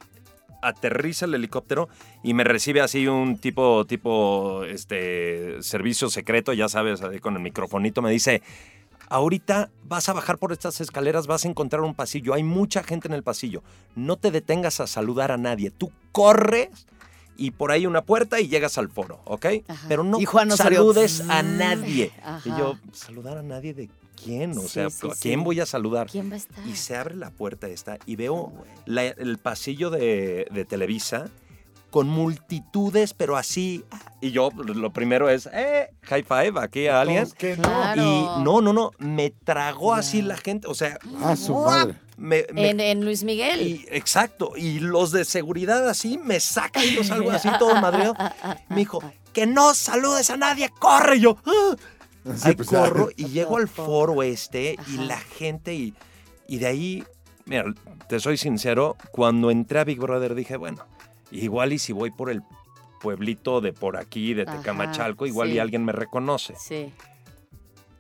[SPEAKER 5] aterriza el helicóptero y me recibe así un tipo, tipo, este, servicio secreto, ya sabes, ahí con el microfonito. Me dice, ahorita vas a bajar por estas escaleras, vas a encontrar un pasillo. Hay mucha gente en el pasillo. No te detengas a saludar a nadie. Tú corres y por ahí una puerta y llegas al foro, ¿ok?
[SPEAKER 3] Ajá.
[SPEAKER 5] Pero no
[SPEAKER 6] Y Juan no salió.
[SPEAKER 5] saludes a nadie.
[SPEAKER 3] Mm, Ajá.
[SPEAKER 5] Y yo, ¿saludar a nadie de quién? O
[SPEAKER 3] Sí,
[SPEAKER 5] sea,
[SPEAKER 3] sí,
[SPEAKER 5] ¿a quién
[SPEAKER 3] sí.
[SPEAKER 5] voy a saludar?
[SPEAKER 3] ¿Quién va a estar?
[SPEAKER 5] Y se abre la puerta esta y veo la- el pasillo de, de Televisa con multitudes, pero así. Y yo lo primero es, eh, high five aquí a alguien.
[SPEAKER 4] Entonces, ¿qué?
[SPEAKER 3] Claro.
[SPEAKER 5] Y no, no, no, me tragó así la gente, o sea,
[SPEAKER 4] Ah, su
[SPEAKER 5] ¡guap!
[SPEAKER 4] madre.
[SPEAKER 5] Me, me-
[SPEAKER 3] En, en Luis Miguel.
[SPEAKER 5] y- exacto, y los de seguridad así me sacan y yo salgo así todo
[SPEAKER 3] [laughs]
[SPEAKER 5] madreo. Me dijo, que no saludes a nadie, corre Y yo. ¡ah!
[SPEAKER 4] Sí, [laughs]
[SPEAKER 5] Ahí
[SPEAKER 4] pues, ya.
[SPEAKER 5] corro y llego al foro este y la gente y, y de ahí, mira, te soy sincero, cuando entré a Big Brother dije, bueno, igual y si voy por el pueblito de por aquí, de
[SPEAKER 3] Ajá,
[SPEAKER 5] Tecamachalco, igual
[SPEAKER 3] sí.
[SPEAKER 5] y alguien me reconoce.
[SPEAKER 3] Sí.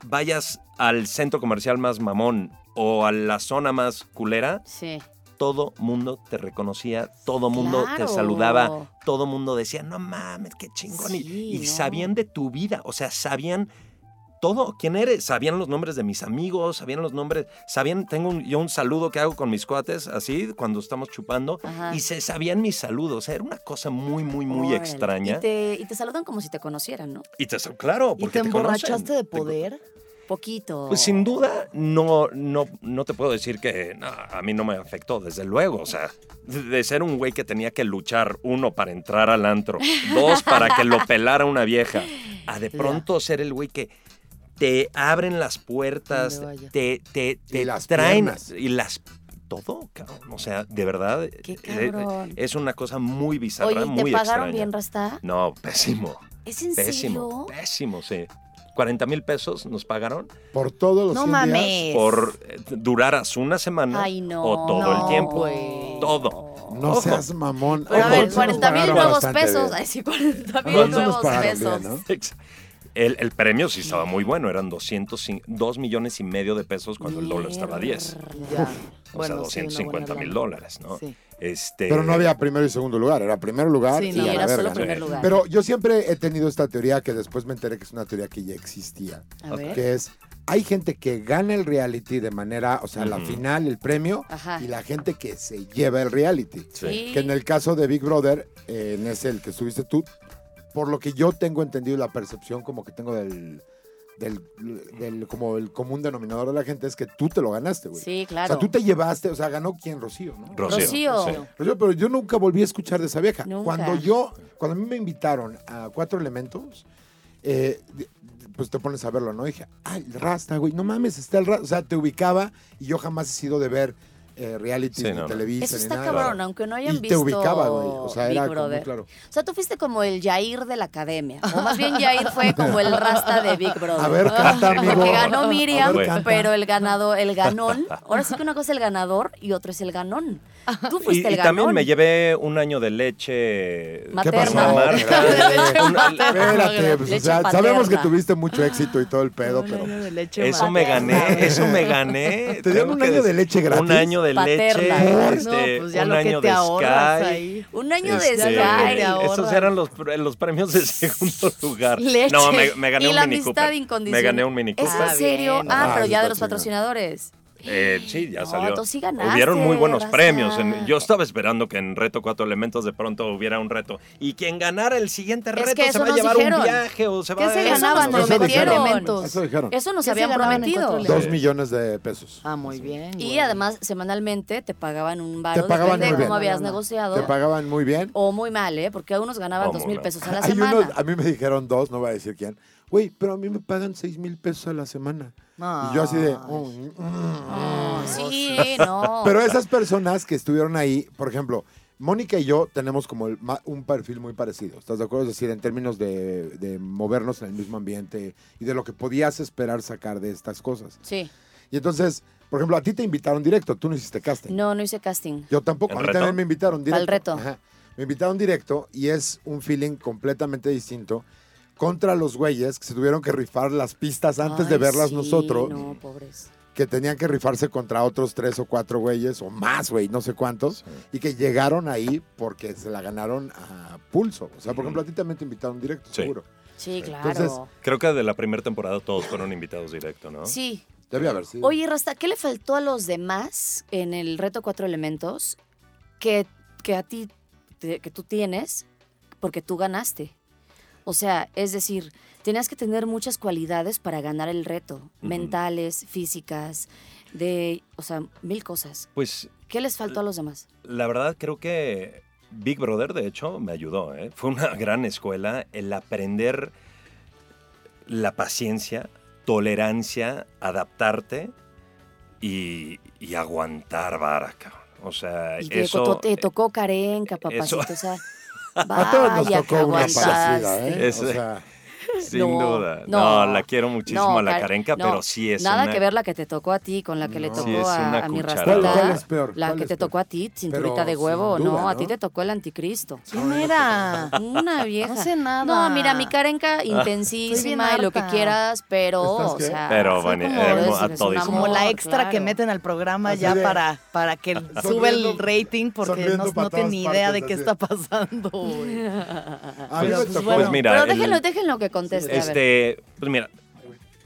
[SPEAKER 5] Vayas al centro comercial más mamón o a la zona más culera,
[SPEAKER 3] Sí.
[SPEAKER 5] todo mundo te reconocía, todo mundo
[SPEAKER 3] Claro.
[SPEAKER 5] te saludaba, todo mundo decía, no mames, qué chingón. Y-
[SPEAKER 3] Sí,
[SPEAKER 5] y
[SPEAKER 3] no.
[SPEAKER 5] sabían de tu vida, o sea, sabían todo, quién eres, sabían los nombres de mis amigos, sabían los nombres, sabían, tengo un- yo un saludo que hago con mis cuates, así, cuando estamos chupando,
[SPEAKER 3] Ajá.
[SPEAKER 5] y se sabían mis saludos, o sea, era una cosa muy, muy, muy
[SPEAKER 3] Órale.
[SPEAKER 5] extraña.
[SPEAKER 3] Y te, y te saludan como si te conocieran, ¿no?
[SPEAKER 5] Y te, claro,
[SPEAKER 6] ¿Y
[SPEAKER 5] porque
[SPEAKER 6] te
[SPEAKER 5] conocen.
[SPEAKER 6] emborrachaste
[SPEAKER 5] Te-
[SPEAKER 6] de poder?
[SPEAKER 3] Poquito.
[SPEAKER 5] pues sin duda, no, no, no te puedo decir que no, a mí no me afectó, desde luego. O sea, de ser un güey que tenía que luchar, uno, para entrar al antro, dos, para que lo pelara una vieja, a de pronto ser el güey que te abren las puertas,
[SPEAKER 6] Donde vaya.
[SPEAKER 5] te, te, te
[SPEAKER 4] Y las
[SPEAKER 5] traen
[SPEAKER 4] piernas.
[SPEAKER 5] y las... Todo, cabrón. O sea, de verdad,
[SPEAKER 3] Qué
[SPEAKER 5] eh,
[SPEAKER 3] cabrón.
[SPEAKER 5] es una cosa muy bizarra,
[SPEAKER 3] Oye, ¿y ¿te
[SPEAKER 5] muy
[SPEAKER 3] pagaron
[SPEAKER 5] extraña.
[SPEAKER 3] bien, Rasta?
[SPEAKER 5] No, pésimo,
[SPEAKER 3] ¿Es en
[SPEAKER 5] pésimo,
[SPEAKER 3] serio?
[SPEAKER 5] pésimo, sí. 40 mil pesos nos pagaron
[SPEAKER 4] Por todos los
[SPEAKER 6] No
[SPEAKER 4] 100 días.
[SPEAKER 6] mames.
[SPEAKER 5] por eh, durar as- una semana
[SPEAKER 3] Ay, no.
[SPEAKER 5] o todo
[SPEAKER 3] no,
[SPEAKER 5] el tiempo.
[SPEAKER 3] güey.
[SPEAKER 5] Todo.
[SPEAKER 4] No
[SPEAKER 5] Ojo.
[SPEAKER 4] seas mamón.
[SPEAKER 3] Pero a
[SPEAKER 4] Ojo,
[SPEAKER 3] ver,
[SPEAKER 4] sí nos
[SPEAKER 3] 40 mil
[SPEAKER 4] pagaron
[SPEAKER 3] nuevos
[SPEAKER 4] bastante
[SPEAKER 3] pesos.
[SPEAKER 4] bien.
[SPEAKER 3] Ay, sí, 40
[SPEAKER 4] Ah,
[SPEAKER 3] mil
[SPEAKER 4] sí nos
[SPEAKER 3] nuevos
[SPEAKER 4] pagaron bien,
[SPEAKER 3] pesos.
[SPEAKER 4] ¿no?
[SPEAKER 5] [laughs] Ex- El, el premio sí estaba muy bueno, eran 2 millones y medio de pesos cuando el dólar estaba a 10.
[SPEAKER 6] Ya.
[SPEAKER 5] O
[SPEAKER 6] Bueno,
[SPEAKER 5] sea,
[SPEAKER 6] sí, una
[SPEAKER 5] 250
[SPEAKER 6] buena
[SPEAKER 5] mil
[SPEAKER 6] lana.
[SPEAKER 5] dólares, ¿no?
[SPEAKER 6] Sí.
[SPEAKER 5] Este,
[SPEAKER 4] Pero no había primero y segundo lugar, era primer lugar
[SPEAKER 6] Sí,
[SPEAKER 4] y
[SPEAKER 6] no,
[SPEAKER 4] a la
[SPEAKER 3] era solo
[SPEAKER 4] verga, ¿no?
[SPEAKER 3] primer lugar.
[SPEAKER 4] Pero yo siempre he tenido esta teoría que después me enteré que es una teoría que ya existía,
[SPEAKER 6] A
[SPEAKER 3] ¿Eh?
[SPEAKER 6] ver.
[SPEAKER 4] que es hay gente que gana el reality de manera, o sea, la
[SPEAKER 5] Ujú.
[SPEAKER 4] final, el premio
[SPEAKER 3] Ajá.
[SPEAKER 4] y la gente que se lleva el reality.
[SPEAKER 5] Sí.
[SPEAKER 4] Que en el caso de Big Brother, eh, en ese el que estuviste tú, por lo que yo tengo entendido y la percepción como que tengo del del, del- como el común denominador de la gente es que tú te lo ganaste, güey.
[SPEAKER 3] Sí,
[SPEAKER 4] O
[SPEAKER 3] claro.
[SPEAKER 4] sea, tú te llevaste, o sea, ganó quién, Rocío, ¿no?
[SPEAKER 3] Rocío.
[SPEAKER 5] sí.
[SPEAKER 4] Rocío, pero yo nunca volví a escuchar de esa vieja.
[SPEAKER 3] Nunca.
[SPEAKER 4] Cuando yo, cuando a mí me invitaron a Cuatro Elementos, eh, de- de- pues te pones a verlo, ¿no? dije, ah, el Rasta, güey, no mames, está el Rasta. O sea, te ubicaba y yo jamás he sido de ver eh, reality,
[SPEAKER 5] Sí,
[SPEAKER 4] ni
[SPEAKER 5] no, no.
[SPEAKER 4] televisa,
[SPEAKER 3] Eso
[SPEAKER 4] ni
[SPEAKER 3] está
[SPEAKER 4] nada.
[SPEAKER 3] cabrón, aunque no hayan
[SPEAKER 4] y te
[SPEAKER 3] visto
[SPEAKER 4] ubicaba, güey. O sea,
[SPEAKER 3] Big
[SPEAKER 4] era como muy
[SPEAKER 3] Brother.
[SPEAKER 4] claro.
[SPEAKER 3] O sea, tú fuiste como el Jair de la academia. O más bien Jair fue como el rasta de Big Brother.
[SPEAKER 4] A ver, canta, amigo.
[SPEAKER 3] ah, Porque ganó
[SPEAKER 4] A
[SPEAKER 3] Miriam,
[SPEAKER 4] ver, canta.
[SPEAKER 3] pero el ganado, el
[SPEAKER 4] [laughs]
[SPEAKER 3] ganón. Ahora sí que una cosa es el ganador y otro es el ganón. Tú
[SPEAKER 5] Y,
[SPEAKER 3] fuiste el
[SPEAKER 5] y
[SPEAKER 3] ganón.
[SPEAKER 5] también me llevé un año de leche
[SPEAKER 3] Materna.
[SPEAKER 4] ¿Qué pasó?
[SPEAKER 5] Una marca.
[SPEAKER 3] [laughs]
[SPEAKER 4] Espérate,
[SPEAKER 5] Una-
[SPEAKER 4] Espérate, pues, o
[SPEAKER 3] Leche
[SPEAKER 4] sea,
[SPEAKER 3] paterna.
[SPEAKER 4] sabemos que tuviste mucho éxito y todo el pedo,
[SPEAKER 6] Un
[SPEAKER 4] pero...
[SPEAKER 6] año de leche
[SPEAKER 5] Eso me
[SPEAKER 6] materna,
[SPEAKER 5] gané, este,
[SPEAKER 6] güey.
[SPEAKER 5] eso me gané.
[SPEAKER 4] ¿Te dieron
[SPEAKER 5] Tengo
[SPEAKER 4] un
[SPEAKER 5] que
[SPEAKER 4] año de
[SPEAKER 5] decir-
[SPEAKER 4] leche gratis?
[SPEAKER 5] Un año de
[SPEAKER 3] Paterna.
[SPEAKER 5] leche,
[SPEAKER 4] ¿Por?
[SPEAKER 5] este,
[SPEAKER 6] No, pues ya
[SPEAKER 5] un
[SPEAKER 6] lo
[SPEAKER 5] año
[SPEAKER 6] que te
[SPEAKER 5] de
[SPEAKER 6] ahorras
[SPEAKER 5] Sky.
[SPEAKER 6] ahí.
[SPEAKER 3] Un año
[SPEAKER 5] Este,
[SPEAKER 3] de
[SPEAKER 6] Ya
[SPEAKER 3] Sky.
[SPEAKER 6] lo que te
[SPEAKER 5] esos eran los, pre- los
[SPEAKER 3] [laughs]
[SPEAKER 5] premios de segundo lugar.
[SPEAKER 3] Leche.
[SPEAKER 5] No, me, me gané
[SPEAKER 3] y
[SPEAKER 5] un
[SPEAKER 3] la
[SPEAKER 5] Mini
[SPEAKER 3] amistad
[SPEAKER 5] Cooper.
[SPEAKER 3] incondicional.
[SPEAKER 5] Me gané un Mini
[SPEAKER 3] ¿Es
[SPEAKER 5] Cooper.
[SPEAKER 3] en serio?
[SPEAKER 6] bien.
[SPEAKER 3] Ah,
[SPEAKER 4] Ah,
[SPEAKER 3] pero
[SPEAKER 4] sí
[SPEAKER 3] ya de
[SPEAKER 4] está
[SPEAKER 3] los
[SPEAKER 4] chingón.
[SPEAKER 3] patrocinadores.
[SPEAKER 5] Eh, sí, ya
[SPEAKER 3] No,
[SPEAKER 5] salió.
[SPEAKER 3] tú sí ganaste,
[SPEAKER 5] hubieron muy buenos
[SPEAKER 3] raza.
[SPEAKER 5] premios. En- yo estaba esperando que en Reto Cuatro Elementos de pronto hubiera un reto. Y quien ganara el siguiente
[SPEAKER 3] Es
[SPEAKER 5] reto
[SPEAKER 3] que eso
[SPEAKER 5] se va a
[SPEAKER 3] nos
[SPEAKER 5] llevar
[SPEAKER 3] dijeron.
[SPEAKER 5] un viaje o se
[SPEAKER 6] ¿Qué
[SPEAKER 5] va
[SPEAKER 6] se
[SPEAKER 5] a...
[SPEAKER 6] ganaban?
[SPEAKER 5] Eso nos
[SPEAKER 4] Eso
[SPEAKER 5] dijeron.
[SPEAKER 4] dijeron.
[SPEAKER 3] elementos.
[SPEAKER 4] Eso dijeron.
[SPEAKER 3] Eso nos
[SPEAKER 6] ¿Qué se
[SPEAKER 3] habían
[SPEAKER 6] ganaban en
[SPEAKER 3] prometido.
[SPEAKER 6] cuatro
[SPEAKER 4] Dos
[SPEAKER 5] Sí.
[SPEAKER 4] millones de pesos.
[SPEAKER 6] Ah, muy
[SPEAKER 5] Pues,
[SPEAKER 6] bien.
[SPEAKER 3] Y
[SPEAKER 6] güey.
[SPEAKER 3] además, semanalmente te pagaban un
[SPEAKER 4] Te
[SPEAKER 3] baro,
[SPEAKER 4] pagaban
[SPEAKER 3] depende de
[SPEAKER 4] muy
[SPEAKER 3] cómo
[SPEAKER 4] bien.
[SPEAKER 3] habías
[SPEAKER 6] No, no, no.
[SPEAKER 3] negociado.
[SPEAKER 4] Te pagaban muy bien.
[SPEAKER 3] O muy mal, ¿eh? Porque unos ganaban
[SPEAKER 5] O
[SPEAKER 3] dos
[SPEAKER 5] muy
[SPEAKER 3] mil
[SPEAKER 5] mal.
[SPEAKER 3] pesos a la
[SPEAKER 4] Hay
[SPEAKER 3] semana.
[SPEAKER 4] unos, a mí me dijeron dos, no voy a decir quién. Güey, pero a mí me pagan seis mil pesos a la semana. Y yo así de... "Oh, mm, mm".
[SPEAKER 3] No, Oh, sí, no.
[SPEAKER 4] [laughs] Pero esas personas que estuvieron ahí, por ejemplo, Mónica y yo tenemos como el ma- un perfil muy parecido. ¿Estás de acuerdo? Es decir, en términos de, de movernos en el mismo ambiente y de lo que podías esperar sacar de estas cosas.
[SPEAKER 3] Sí.
[SPEAKER 4] Y entonces, por ejemplo, a ti te invitaron directo, tú no hiciste casting.
[SPEAKER 3] No, no hice casting.
[SPEAKER 4] Yo tampoco,
[SPEAKER 5] ¿El
[SPEAKER 4] a mí
[SPEAKER 5] reto?
[SPEAKER 4] también me invitaron directo.
[SPEAKER 3] Al reto.
[SPEAKER 4] Ajá. Me invitaron directo y es un feeling completamente distinto contra los güeyes que se tuvieron que rifar las pistas antes de
[SPEAKER 3] Ay,
[SPEAKER 4] verlas
[SPEAKER 3] sí,
[SPEAKER 4] nosotros,
[SPEAKER 3] No, pobres.
[SPEAKER 4] que tenían que rifarse contra otros tres o cuatro güeyes o más, güey, no sé cuántos, y que llegaron ahí porque se la ganaron a pulso. O sea, por ejemplo, a ti también te invitaron directo,
[SPEAKER 5] Sí.
[SPEAKER 4] seguro.
[SPEAKER 3] Sí, claro.
[SPEAKER 4] Entonces-
[SPEAKER 5] Creo que de la primera temporada todos fueron invitados directo, ¿no?
[SPEAKER 3] Sí.
[SPEAKER 4] Debe haber sido.
[SPEAKER 3] Oye, Rasta, ¿qué le faltó a los demás en el reto Cuatro Elementos que, que a ti, te- que tú tienes porque tú ganaste? O sea, es decir, tenías que tener muchas cualidades para ganar el reto, mentales, físicas, de, o sea, mil cosas.
[SPEAKER 5] Pues
[SPEAKER 3] ¿Qué les faltó a los demás?
[SPEAKER 5] La verdad creo que Big Brother, de hecho, me ayudó. ¿eh? Fue una [laughs] gran escuela el aprender la paciencia, tolerancia, adaptarte y, y aguantar vara, cabrón. O sea,
[SPEAKER 3] Y te,
[SPEAKER 5] Eh, eso...
[SPEAKER 3] tocó- te tocó Karen, Capacito,
[SPEAKER 5] eso-
[SPEAKER 3] o
[SPEAKER 5] [laughs]
[SPEAKER 3] sea,
[SPEAKER 4] a todos nos
[SPEAKER 3] vaya que
[SPEAKER 4] tocó una
[SPEAKER 3] aguantaste.
[SPEAKER 4] parecida, ¿eh?
[SPEAKER 5] Eso-
[SPEAKER 4] O sea,
[SPEAKER 5] Sin
[SPEAKER 3] No,
[SPEAKER 5] duda.
[SPEAKER 3] no.
[SPEAKER 5] No, la quiero muchísimo
[SPEAKER 3] No,
[SPEAKER 5] a la
[SPEAKER 3] Karen,
[SPEAKER 5] Karenka,
[SPEAKER 3] no,
[SPEAKER 5] pero sí es
[SPEAKER 3] Nada
[SPEAKER 5] una-
[SPEAKER 3] que ver la que te tocó a ti con la que le
[SPEAKER 4] No.
[SPEAKER 3] tocó
[SPEAKER 5] Sí, es
[SPEAKER 3] a,
[SPEAKER 5] una
[SPEAKER 3] a mi
[SPEAKER 5] cucharada.
[SPEAKER 3] rastita.
[SPEAKER 5] ¿Cuál-
[SPEAKER 4] cuál es peor?
[SPEAKER 3] La
[SPEAKER 4] ¿Cuál
[SPEAKER 3] que
[SPEAKER 4] es
[SPEAKER 3] te
[SPEAKER 4] peor?
[SPEAKER 3] tocó a ti, cinturita
[SPEAKER 4] Pero
[SPEAKER 3] de huevo.
[SPEAKER 4] sin duda,
[SPEAKER 3] no, a
[SPEAKER 4] ¿no?
[SPEAKER 3] ti te tocó el anticristo.
[SPEAKER 6] ¿Quién era?
[SPEAKER 3] Una vieja.
[SPEAKER 6] No sé nada.
[SPEAKER 3] No, mira, mi Karenka
[SPEAKER 6] Estoy bien
[SPEAKER 3] intensísima y lo que
[SPEAKER 6] harta.
[SPEAKER 3] quieras, pero,
[SPEAKER 4] ¿Estás
[SPEAKER 3] o
[SPEAKER 4] qué?
[SPEAKER 3] sea,
[SPEAKER 5] Pero,
[SPEAKER 3] son
[SPEAKER 5] bueno,
[SPEAKER 3] como,
[SPEAKER 5] eh,
[SPEAKER 3] es-
[SPEAKER 5] a
[SPEAKER 3] es
[SPEAKER 5] todo
[SPEAKER 3] un
[SPEAKER 5] hizo
[SPEAKER 6] Como
[SPEAKER 3] amor,
[SPEAKER 6] la extra
[SPEAKER 3] claro. [laughs]
[SPEAKER 6] que meten al programa
[SPEAKER 4] Pues Así
[SPEAKER 6] ya
[SPEAKER 4] de-
[SPEAKER 6] para,
[SPEAKER 4] [laughs]
[SPEAKER 6] para que sube el
[SPEAKER 4] Sonriendo-
[SPEAKER 6] rating porque
[SPEAKER 4] sonriendo
[SPEAKER 6] no,
[SPEAKER 4] para
[SPEAKER 6] no tiene
[SPEAKER 4] todas
[SPEAKER 6] ni idea de
[SPEAKER 4] partes,
[SPEAKER 6] qué
[SPEAKER 4] así.
[SPEAKER 6] está pasando. güey.
[SPEAKER 4] a mí
[SPEAKER 6] Pero,
[SPEAKER 4] me
[SPEAKER 6] pues,
[SPEAKER 4] tocó-
[SPEAKER 6] bueno.
[SPEAKER 5] Pues mira,
[SPEAKER 3] Pero
[SPEAKER 5] el-
[SPEAKER 3] déjenlo, déjenlo que conteste. a ver.
[SPEAKER 5] Este, pues mira,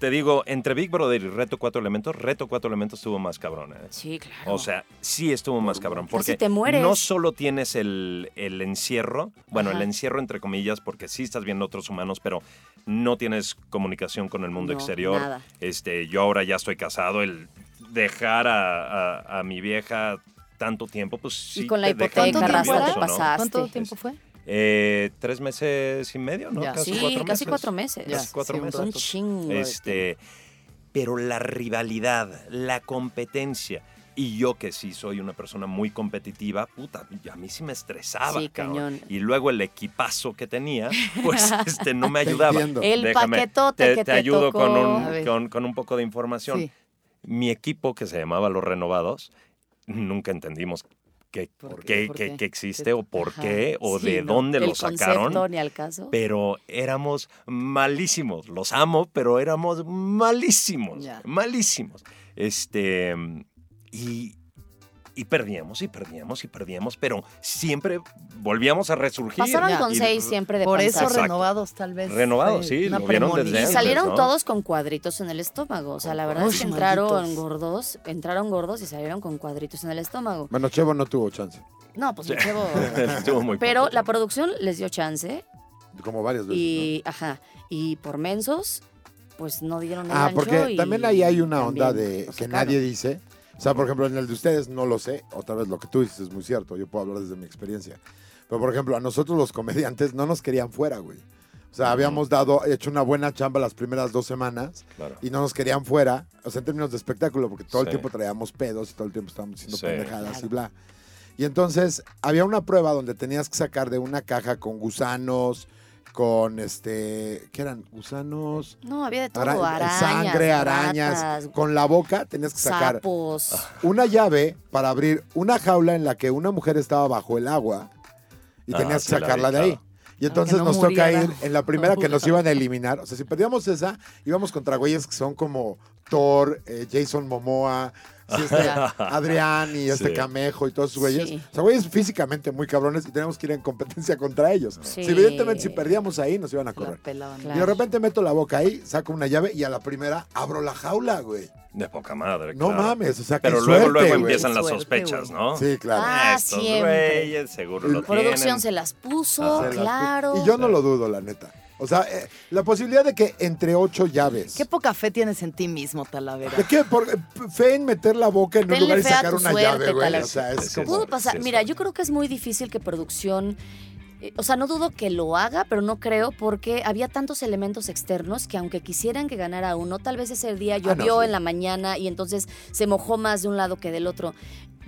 [SPEAKER 5] te digo, entre Big Brother y Reto Cuatro Elementos, Reto Cuatro Elementos estuvo más cabrón, ¿eh?
[SPEAKER 3] Sí, claro.
[SPEAKER 5] O sea, sí estuvo más cabrón. Porque
[SPEAKER 3] Casi te mueres.
[SPEAKER 5] no solo tienes el, el encierro, bueno,
[SPEAKER 3] Ajá.
[SPEAKER 5] el encierro entre comillas, porque sí estás viendo otros humanos, pero no tienes comunicación con el mundo
[SPEAKER 3] No,
[SPEAKER 5] exterior.
[SPEAKER 3] nada.
[SPEAKER 5] Este, yo ahora ya estoy casado, el dejar a, a- a mi vieja tanto tiempo, pues sí.
[SPEAKER 3] y con la
[SPEAKER 5] te deja
[SPEAKER 3] hipoteca,
[SPEAKER 6] ¿Cuánto
[SPEAKER 3] Rasta,
[SPEAKER 6] tiempo era?
[SPEAKER 3] te
[SPEAKER 5] nervioso, ¿no?
[SPEAKER 3] pasaste.
[SPEAKER 6] ¿Cuánto tiempo fue?
[SPEAKER 5] Eh, Tres meses y medio, ¿no?
[SPEAKER 6] Ya.
[SPEAKER 5] Casi
[SPEAKER 3] sí,
[SPEAKER 5] cuatro
[SPEAKER 3] casi
[SPEAKER 5] meses.
[SPEAKER 3] cuatro meses.
[SPEAKER 5] Casi
[SPEAKER 6] Ya,
[SPEAKER 5] cuatro
[SPEAKER 6] sí, un
[SPEAKER 5] meses.
[SPEAKER 3] Son chingo. de tiempo.
[SPEAKER 5] Este, pero la rivalidad, la competencia. Y yo que sí soy una persona muy competitiva, puta, a mí sí me estresaba.
[SPEAKER 3] Sí,
[SPEAKER 5] cabrón.
[SPEAKER 3] cañón.
[SPEAKER 5] Y luego el equipazo
[SPEAKER 3] [laughs]
[SPEAKER 5] que tenía, pues este no me ayudaba.
[SPEAKER 4] entiendo.
[SPEAKER 3] El paquetote
[SPEAKER 5] te,
[SPEAKER 3] que te
[SPEAKER 5] ayudo
[SPEAKER 3] tocó.
[SPEAKER 5] Con,
[SPEAKER 6] A
[SPEAKER 5] un,
[SPEAKER 6] ver.
[SPEAKER 5] con, con un poco de información.
[SPEAKER 6] Sí.
[SPEAKER 5] Mi equipo que se llamaba Los Renovados, nunca entendimos qué,
[SPEAKER 6] ¿Por
[SPEAKER 5] por
[SPEAKER 6] qué?
[SPEAKER 5] qué,
[SPEAKER 6] ¿Por
[SPEAKER 5] qué-
[SPEAKER 6] qué?
[SPEAKER 5] qué existe o por
[SPEAKER 6] Ajá.
[SPEAKER 5] qué o
[SPEAKER 3] Sí,
[SPEAKER 5] de
[SPEAKER 3] no,
[SPEAKER 5] dónde
[SPEAKER 3] el
[SPEAKER 5] lo sacaron
[SPEAKER 3] concepto ni al caso.
[SPEAKER 5] pero éramos malísimos. Los amo, pero éramos malísimos.
[SPEAKER 6] Ya.
[SPEAKER 5] Malísimos. Este. Y, y perdíamos y perdíamos y perdíamos, pero siempre volvíamos a resurgir.
[SPEAKER 3] Pasaban
[SPEAKER 6] Ya.
[SPEAKER 3] con
[SPEAKER 5] Y-
[SPEAKER 3] seis siempre de
[SPEAKER 6] Por eso
[SPEAKER 3] panzazo.
[SPEAKER 5] Exacto.
[SPEAKER 6] renovados tal vez.
[SPEAKER 5] Renovados, sí,
[SPEAKER 6] una
[SPEAKER 5] lo vieron desde
[SPEAKER 3] Y
[SPEAKER 6] premonición.
[SPEAKER 5] antes,
[SPEAKER 3] salieron
[SPEAKER 5] ¿no?
[SPEAKER 3] todos con cuadritos en el estómago. O sea, la verdad es que
[SPEAKER 6] Uy,
[SPEAKER 3] entraron
[SPEAKER 6] malditos.
[SPEAKER 3] gordos, entraron gordos y salieron con cuadritos en el estómago.
[SPEAKER 4] Bueno, Chevo no tuvo chance,
[SPEAKER 3] No, pues me llevo.
[SPEAKER 5] [laughs] Estuvo [laughs]
[SPEAKER 3] [laughs]
[SPEAKER 5] muy
[SPEAKER 3] Pero
[SPEAKER 5] poco.
[SPEAKER 3] la producción les dio chance
[SPEAKER 4] como varias veces.
[SPEAKER 3] y, ajá, y por mensos pues no dieron el
[SPEAKER 4] Ah,
[SPEAKER 3] ancho
[SPEAKER 4] porque
[SPEAKER 3] y
[SPEAKER 4] también ahí hay una onda
[SPEAKER 3] también
[SPEAKER 4] de
[SPEAKER 3] lo
[SPEAKER 4] que
[SPEAKER 3] sacaron.
[SPEAKER 4] nadie dice. O sea, por ejemplo, en el de ustedes no lo sé. Otra vez lo que tú dices es muy cierto. Yo puedo hablar desde mi experiencia. Pero por ejemplo, a nosotros los comediantes no nos querían fuera, güey. O sea, habíamos dado, hecho una buena chamba las primeras dos semanas
[SPEAKER 5] Claro.
[SPEAKER 4] y no nos querían fuera, o sea, en términos de espectáculo, porque todo el
[SPEAKER 5] Sí.
[SPEAKER 4] tiempo traíamos pedos y todo el tiempo estábamos diciendo
[SPEAKER 5] Sí.
[SPEAKER 4] pendejadas y bla. Y entonces había una prueba donde tenías que sacar de una caja con gusanos, con este, ¿qué eran? Gusanos,
[SPEAKER 3] No, había de todo,
[SPEAKER 4] Ara-
[SPEAKER 3] arañas,
[SPEAKER 4] sangre, arañas.
[SPEAKER 3] ratas,
[SPEAKER 4] con la boca tenías que sacar
[SPEAKER 3] sapos.
[SPEAKER 4] una llave para abrir una jaula en la que una mujer estaba bajo el agua y
[SPEAKER 5] Ah,
[SPEAKER 4] tenías que
[SPEAKER 5] sí la vi,
[SPEAKER 4] sacarla de ahí.
[SPEAKER 5] claro.
[SPEAKER 4] Y entonces
[SPEAKER 6] no
[SPEAKER 4] nos toca
[SPEAKER 6] muriera.
[SPEAKER 4] ir en la primera
[SPEAKER 3] [laughs]
[SPEAKER 4] que nos iban a eliminar. O sea, si perdíamos esa, íbamos contra güeyes que son como Thor, eh, Jason
[SPEAKER 5] [laughs]
[SPEAKER 4] Momoa, sí, este, Adrián y este
[SPEAKER 5] Sí.
[SPEAKER 4] Camejo y todos esos güeyes.
[SPEAKER 3] Sí.
[SPEAKER 4] O sea, güeyes físicamente muy cabrones y teníamos que ir en competencia contra ellos.
[SPEAKER 3] Sí.
[SPEAKER 4] Si evidentemente si perdíamos ahí, nos iban a
[SPEAKER 6] La
[SPEAKER 4] correr.
[SPEAKER 6] pelaban.
[SPEAKER 3] Claro.
[SPEAKER 4] Y de repente meto la boca ahí, saco una llave y a la primera abro la jaula, güey.
[SPEAKER 5] De poca madre.
[SPEAKER 4] No
[SPEAKER 5] claro.
[SPEAKER 4] mames, o sea, qué
[SPEAKER 5] Pero luego,
[SPEAKER 4] suerte,
[SPEAKER 5] luego
[SPEAKER 4] güey.
[SPEAKER 5] empiezan las
[SPEAKER 6] Qué suerte,
[SPEAKER 5] sospechas,
[SPEAKER 6] güey.
[SPEAKER 5] ¿no?
[SPEAKER 4] Sí, claro.
[SPEAKER 3] Ah,
[SPEAKER 5] Estos
[SPEAKER 3] siempre.
[SPEAKER 5] güeyes seguro lo tienen.
[SPEAKER 3] Producción se las puso,
[SPEAKER 4] Se las-
[SPEAKER 3] claro.
[SPEAKER 4] Y yo no lo dudo, la neta. O sea, eh, la posibilidad de que entre ocho llaves.
[SPEAKER 6] Qué poca fe tienes en ti mismo, Talavera.
[SPEAKER 4] ¿De qué? Por, eh, fe en meter la boca en
[SPEAKER 3] Tenle
[SPEAKER 4] un lugar y
[SPEAKER 3] fe a
[SPEAKER 4] sacar
[SPEAKER 3] tu
[SPEAKER 4] una
[SPEAKER 3] suerte,
[SPEAKER 4] llave, güey.
[SPEAKER 3] tal
[SPEAKER 4] O sea, es
[SPEAKER 5] Sí, sí,
[SPEAKER 4] como...
[SPEAKER 3] Pudo
[SPEAKER 5] sí,
[SPEAKER 3] pasar.
[SPEAKER 5] sí,
[SPEAKER 3] Mira,
[SPEAKER 5] sí.
[SPEAKER 3] yo creo que es muy difícil que producción. eh, O sea, no dudo que lo haga, pero no creo porque había tantos elementos externos que aunque quisieran que ganara uno, tal vez ese día llovió
[SPEAKER 4] Ah, sí.
[SPEAKER 3] en la mañana y entonces se mojó más de un lado que del otro.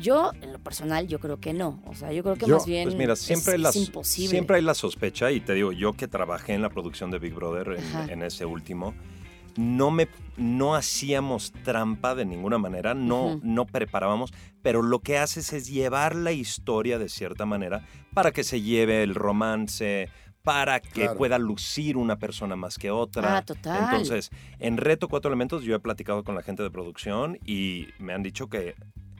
[SPEAKER 3] Yo, en lo personal, yo creo que no. O sea, yo creo que
[SPEAKER 4] Yo-
[SPEAKER 3] más bien
[SPEAKER 5] Pues mira,
[SPEAKER 3] es-
[SPEAKER 5] siempre,
[SPEAKER 3] es,
[SPEAKER 5] las,
[SPEAKER 3] imposible.
[SPEAKER 5] siempre hay la sospecha, y te digo, yo que trabajé en la producción de Big Brother,
[SPEAKER 3] Ajá.
[SPEAKER 5] en, en ese último, no, me, no hacíamos trampa de ninguna manera, no,
[SPEAKER 3] Ujú.
[SPEAKER 5] no preparábamos, pero lo que haces es llevar la historia de cierta manera para que se lleve el romance, para que
[SPEAKER 4] Claro.
[SPEAKER 5] pueda lucir una persona más que otra.
[SPEAKER 3] Ah, total.
[SPEAKER 5] Entonces, en Reto Cuatro Elementos yo he platicado con la gente de producción y me han dicho que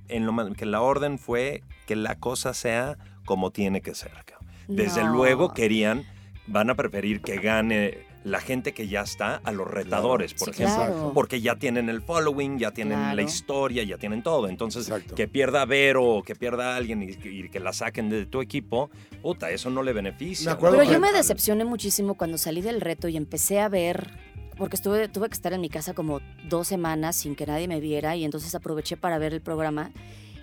[SPEAKER 5] en lo ma- que la orden fue que la cosa sea como tiene que ser. cabrón. Desde
[SPEAKER 3] No.
[SPEAKER 5] luego querían, van a preferir que gane la gente que ya está a los retadores, por
[SPEAKER 3] Sí,
[SPEAKER 5] ejemplo.
[SPEAKER 3] claro.
[SPEAKER 5] Porque ya tienen el following, ya tienen
[SPEAKER 3] Claro.
[SPEAKER 5] la historia, ya tienen todo. Entonces,
[SPEAKER 4] Exacto.
[SPEAKER 5] que pierda Vero o que pierda alguien y, y que la saquen de tu equipo, puta, eso no le beneficia.
[SPEAKER 4] Me acuerdo
[SPEAKER 5] ¿no?
[SPEAKER 3] Pero yo me
[SPEAKER 5] Al-
[SPEAKER 3] decepcioné muchísimo cuando salí del reto y empecé a ver, porque estuve, tuve que estar en mi casa como dos semanas sin que nadie me viera y entonces aproveché para ver el programa